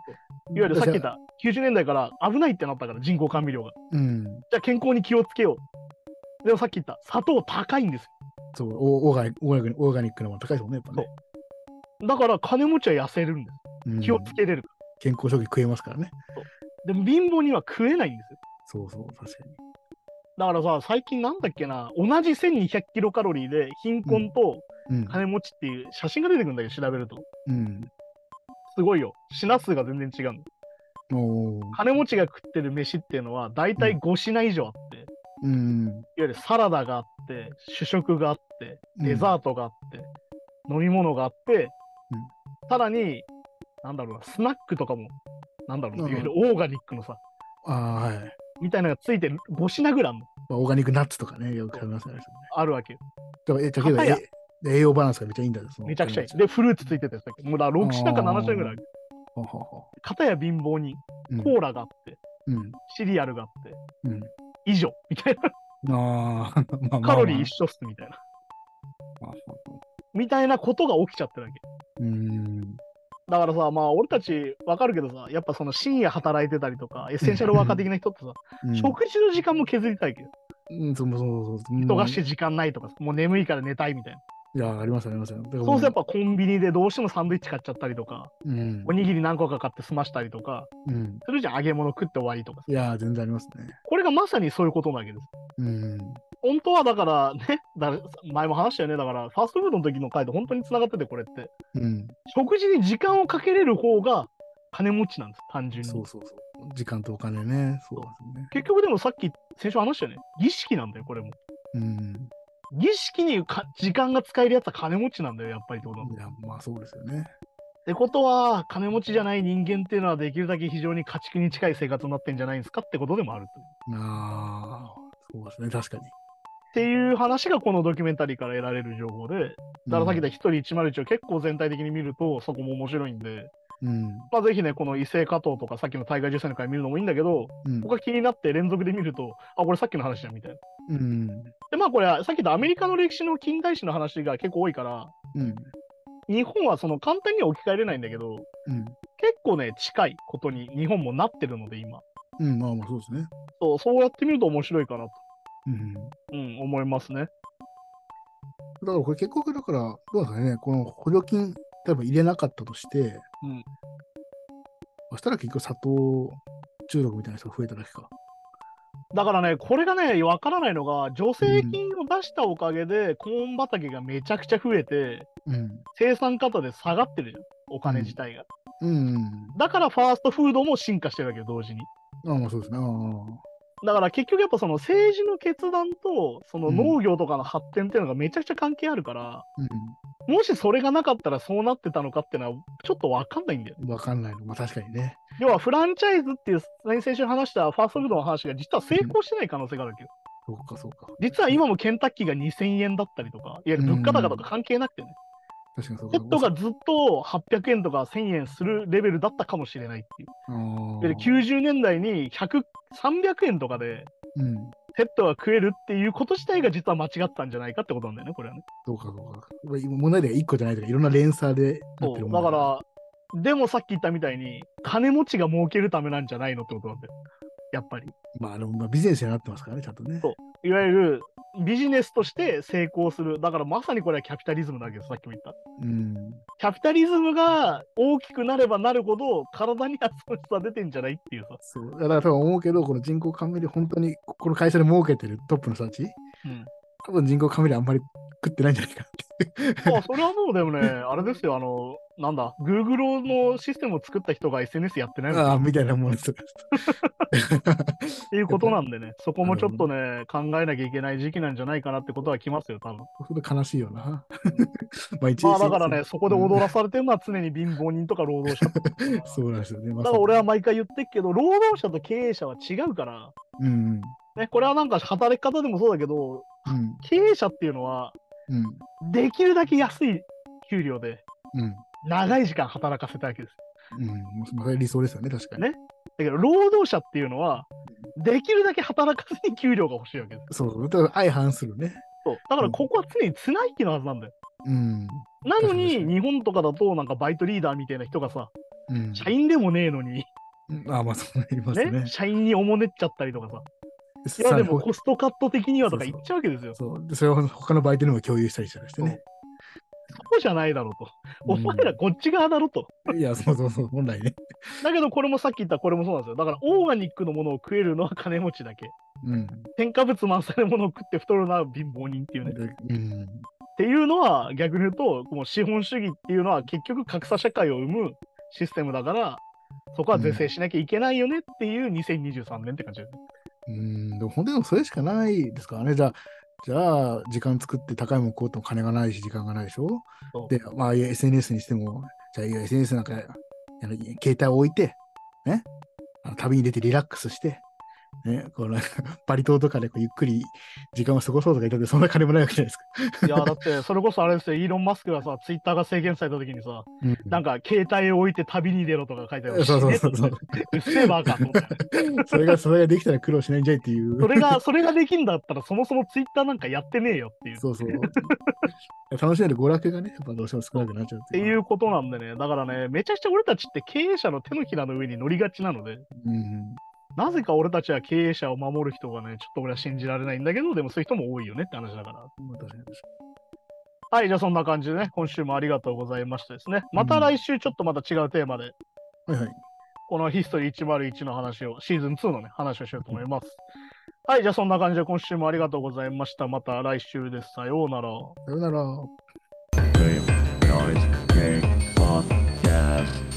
Speaker 1: わゆるさっき言った90年代から危ないってなったから人工甘味料が
Speaker 2: うん。
Speaker 1: じゃあ健康に気をつけようでもさっき言った砂糖高いんです
Speaker 2: そう、オオーガニック、オーガニックオーガニックのもの高いですもんね、やっぱね。
Speaker 1: よだから金持ちは痩せるんです
Speaker 2: うん
Speaker 1: 気をつけれるか
Speaker 2: 健康食品食えますからね。
Speaker 1: らでも貧乏には食えないんですよ
Speaker 2: そうそう、確かに。
Speaker 1: だからさ最近なんだっけな同じ1200キロカロリーで貧困と
Speaker 2: うん。
Speaker 1: 金持ちっていう写真が出てくるんだけど調べると
Speaker 2: うん。
Speaker 1: すごいよ品数が全然違うの
Speaker 2: おー
Speaker 1: 金持ちが食ってる飯っていうのは大体5品以上あって、いわ
Speaker 2: うん。
Speaker 1: ゆるサラダがあって主食があってデザートがあって、飲み物があって、さらになんだろうなスナックとかもなんだろうな、
Speaker 2: うん
Speaker 1: いわゆるオーガニックのさ
Speaker 2: ああ、はい。
Speaker 1: みたいなのがついてる5品ぐらいも
Speaker 2: まあ、オーガニックナッツとかね、よく食べますよね。
Speaker 1: あるわけよ
Speaker 2: だからえ例えば
Speaker 1: 片や
Speaker 2: え栄養バランスがめっちゃいいんだよ。その
Speaker 1: めちゃくちゃいいでフルーツついてたやつだっけもうだから6品か7品ぐらいある
Speaker 2: ほうほうほ
Speaker 1: 片や貧乏に
Speaker 2: ううん
Speaker 1: コーラがあって
Speaker 2: うん。
Speaker 1: シリアルがあって
Speaker 2: うん。
Speaker 1: 以上みたいな
Speaker 2: ああ、まあまあまあ
Speaker 1: カロリー一緒っすみたいな、
Speaker 2: まあまあ
Speaker 1: みたいなことが起きちゃってるわけ
Speaker 2: うん。
Speaker 1: だからさ、まあ俺たちわかるけどさ、やっぱその深夜働いてたりとか、エッセンシャルワーカー的な人ってさ、
Speaker 2: うん
Speaker 1: 食事の時間も削りたいけど、
Speaker 2: うん、そうそうそうそう。うん
Speaker 1: 忙しい時間ないとかさ、もう眠いから寝たいみたいな。
Speaker 2: いや、ありますあります。だからも
Speaker 1: そうするとやっぱコンビニでどうしてもサンドイッチ買っちゃったりとか、
Speaker 2: うん
Speaker 1: お。にぎり何個か買って済ましたりとか、
Speaker 2: うん。
Speaker 1: するじゃん、揚げ物食って終わりとかさ。
Speaker 2: いや、全然ありますね。
Speaker 1: これがまさにそういうことなわけです。
Speaker 2: うん。
Speaker 1: 本当はだからね、だ前も話したよね、だからファーストフードの時の回と本当に繋がってて、これって。
Speaker 2: うん。
Speaker 1: 食事に時間をかけれる方が金持ちなんです、単純
Speaker 2: そ
Speaker 1: に
Speaker 2: う。そうそう。時間とお金ね。そうですね。
Speaker 1: 結局でもさっき、先週話したよね、儀式なんだよ、これも。
Speaker 2: うん。
Speaker 1: 儀式にか時間が使えるやつは金持ちなんだよ、やっぱりってことなんだよ。
Speaker 2: いや、まあそうですよね。
Speaker 1: ってことは、金持ちじゃない人間っていうのはできるだけ非常に家畜に近い生活になってんじゃないんですかってことでもあると。っ
Speaker 2: ああ、そうですね。確かに。
Speaker 1: ていう話がこのドキュメンタリーから得られる情報で、だからさっき言った一人一丸一を結構全体的に見るとそこも面白いんで、
Speaker 2: うん。
Speaker 1: まあぜひね、この異性加藤とかさっきの体外受精の回見るのもいいんだけど、
Speaker 2: うん。
Speaker 1: 僕が気になって連続で見ると、あ、これさっきの話じゃんみたいな。
Speaker 2: うん。
Speaker 1: で、まあこれはさっき言ったアメリカの歴史の近代史の話が結構多いから、
Speaker 2: うん。
Speaker 1: 日本はその簡単には置き換えれないんだけど、
Speaker 2: うん。
Speaker 1: 結構ね、近いことに日本もなってるので、今。
Speaker 2: うん。まあまあそうですね。
Speaker 1: そうそうやってみると面白いかなと、
Speaker 2: うん。
Speaker 1: うん、思いますね。
Speaker 2: だからこれ結局だから、どうなんですかね、この補助金、多分入れなかったとして、
Speaker 1: うん
Speaker 2: そしたら結局砂糖中毒みたいな人が増えただけか。
Speaker 1: だからね、これがね、わからないのが、助成金を出したおかげで、コーン畑がめちゃくちゃ増えて、
Speaker 2: うん。
Speaker 1: 生産方で下がってるじゃん、お金自体が。
Speaker 2: うん。
Speaker 1: だから、ファーストフードも進化してるわけよ、同時に。
Speaker 2: ああ、まあそうですね。ああ。
Speaker 1: だから結局やっぱその政治の決断とその農業とかの発展っていうのがめちゃくちゃ関係あるから、もしそれがなかったらそうなってたのかっていうのはちょっとわかんないんだよね
Speaker 2: うん。わかんないの。まあ確かにね。
Speaker 1: 要はフランチャイズっていう先先週話したファーストフードの話が実は成功してない可能性があるわけど、
Speaker 2: そうか、そうか。
Speaker 1: 実は今もケンタッキーが2000円だったりとか、いわゆる物価高とか関係なくてね、
Speaker 2: 確かにそう
Speaker 1: セ
Speaker 2: か。
Speaker 1: ットがずっと800円とか1000円するレベルだったかもしれないっていう。
Speaker 2: ああ。
Speaker 1: いわゆる90年代に100 300円とかで
Speaker 2: うん。
Speaker 1: セットが食えるっていうこと自体が実は間違ったんじゃないかってことなんだよね、これはね。
Speaker 2: そうか、そうか。これ今問題では1個じゃないとか、いろんな連鎖でなって
Speaker 1: そ
Speaker 2: る
Speaker 1: う
Speaker 2: も
Speaker 1: だ
Speaker 2: ん
Speaker 1: か、
Speaker 2: から
Speaker 1: でもさっき言ったみたいに、金持ちが儲けるためなんじゃないのってことなんだよ。やっぱり。
Speaker 2: まあ、でもまあビジネスになってますからね、ちゃんとね。
Speaker 1: そういわゆるビジネスとして成功する。だからまさにこれはキャピタリズムだけど、さっきも言った。
Speaker 2: うん。
Speaker 1: キャピタリズムが大きくなればなるほど、体には損失は出てんじゃないっていうさ。
Speaker 2: そう。だから多分思うけど、この人口カンビリ、本当にこの会社で儲けてるトップの人たち、
Speaker 1: うん
Speaker 2: 多分人口カンビリあんまり食ってないんじゃないかって。
Speaker 1: あそれはもう でもね、あれですよ、あの、なんだ、Google のシステムを作った人が SNS やってないの
Speaker 2: あ
Speaker 1: か
Speaker 2: あ、みたいなもんです。
Speaker 1: っていうことなんでね、そこもちょっとね、考えなきゃいけない時期なんじゃないかなってことはきますよ、多分。
Speaker 2: それ悲しいよな。 まあ一
Speaker 1: まあ
Speaker 2: 応
Speaker 1: だからね、そこで踊らされてるのは常に貧乏人とか労働者。
Speaker 2: そうなんですよね。まさ
Speaker 1: だか
Speaker 2: に
Speaker 1: ら俺は毎回言ってっけど、労働者と経営者は違うから、
Speaker 2: うん
Speaker 1: ね、これはなんか働き方でもそうだけど、
Speaker 2: うん
Speaker 1: 経営者っていうのは、
Speaker 2: うん
Speaker 1: できるだけ安い給料で、
Speaker 2: うん
Speaker 1: 長い時間働かせたいわけです。
Speaker 2: うん。まあそれ理想ですよね、確かに。
Speaker 1: ねだけど、労働者っていうのは、できるだけ働かずに給料が欲しいわけです。
Speaker 2: そう、だから相反するね。
Speaker 1: そうだからここは常に綱引きのはずなんだよ。
Speaker 2: うん。
Speaker 1: なの
Speaker 2: 確
Speaker 1: に、
Speaker 2: か
Speaker 1: 日本とかだと、なんかバイトリーダーみたいな人がさ、
Speaker 2: うん、
Speaker 1: 社員でもねえのに、
Speaker 2: うんああ、まあそうなりますね。
Speaker 1: ね、社員におもねっちゃったりとかさ、い
Speaker 2: さ
Speaker 1: や
Speaker 2: あ
Speaker 1: でも
Speaker 2: ほ
Speaker 1: コストカット的にはとか
Speaker 2: そうそう
Speaker 1: 言っちゃうわけですよ。
Speaker 2: そうでそれを他のバイトにも共有したりしたりしてね。
Speaker 1: そうじゃないだろうと。お前らこっち側だろと。
Speaker 2: うんいや、そうそうそう、本来ね。
Speaker 1: だけどこれもさっき言ったこれもそうなんですよ。だからオーガニックのものを食えるのは金持ちだけ。
Speaker 2: うん。
Speaker 1: 添加物満載のものを食って太るのは貧乏人っていうね。っ
Speaker 2: でうん。
Speaker 1: ていうのは逆に言うと、もう資本主義っていうのは結局格差社会を生むシステムだから、そこは是正しなきゃいけないよねっていう2023年って感じですね。
Speaker 2: うん、でも本当にでもそれしかないですからね。じゃあ、じゃあ、時間作って高いもん買うとも金がないし、時間がないでしょ
Speaker 1: そう
Speaker 2: で、まあ、いや SNS にしても、じゃあ、いや SNS なんか、あの携帯を置いて、ね、あの旅に出てリラックスして、ね、このバリ島とかでこうゆっくり時間を過ごそうとか言ったって、そんな金もないわけじゃないですか。
Speaker 1: いや、だってそれこそあれですよ、イーロン・マスクがさ、ツイッターが制限された時にさ、
Speaker 2: うん
Speaker 1: なんか携帯を置いて旅に出ろとか書いてある
Speaker 2: そうそうそうそう。
Speaker 1: うっせえバカと思って。
Speaker 2: それが、それができたら苦労しないんじゃいっていう。
Speaker 1: それが、それができんだったら、そもそもツイッターなんかやってねえよっていう。っ
Speaker 2: そうそう。楽しめる娯楽がね、やっぱどうしても少なくなっちゃうってて
Speaker 1: い
Speaker 2: いう。
Speaker 1: うことなんでね、だからね、めちゃくちゃ俺たちって経営者の手のひらの上に乗りがちなので、
Speaker 2: うん。
Speaker 1: なぜか俺たちは経営者を守る人がね、ちょっと俺は信じられないんだけど、でもそういう人も多いよねって話だから。
Speaker 2: まあ確かに確か
Speaker 1: はい、じゃあそんな感じでね、今週もありがとうございましたですね。また来週ちょっとまた違うテーマで、
Speaker 2: にはいはい。
Speaker 1: このヒストリー101の話を、シーズン2のね、話をしようと思います。はい、じゃあそんな感じで今週もありがとうございました。また来週です。さようなら。
Speaker 2: さよなら。
Speaker 3: Game Noise Game Podcast.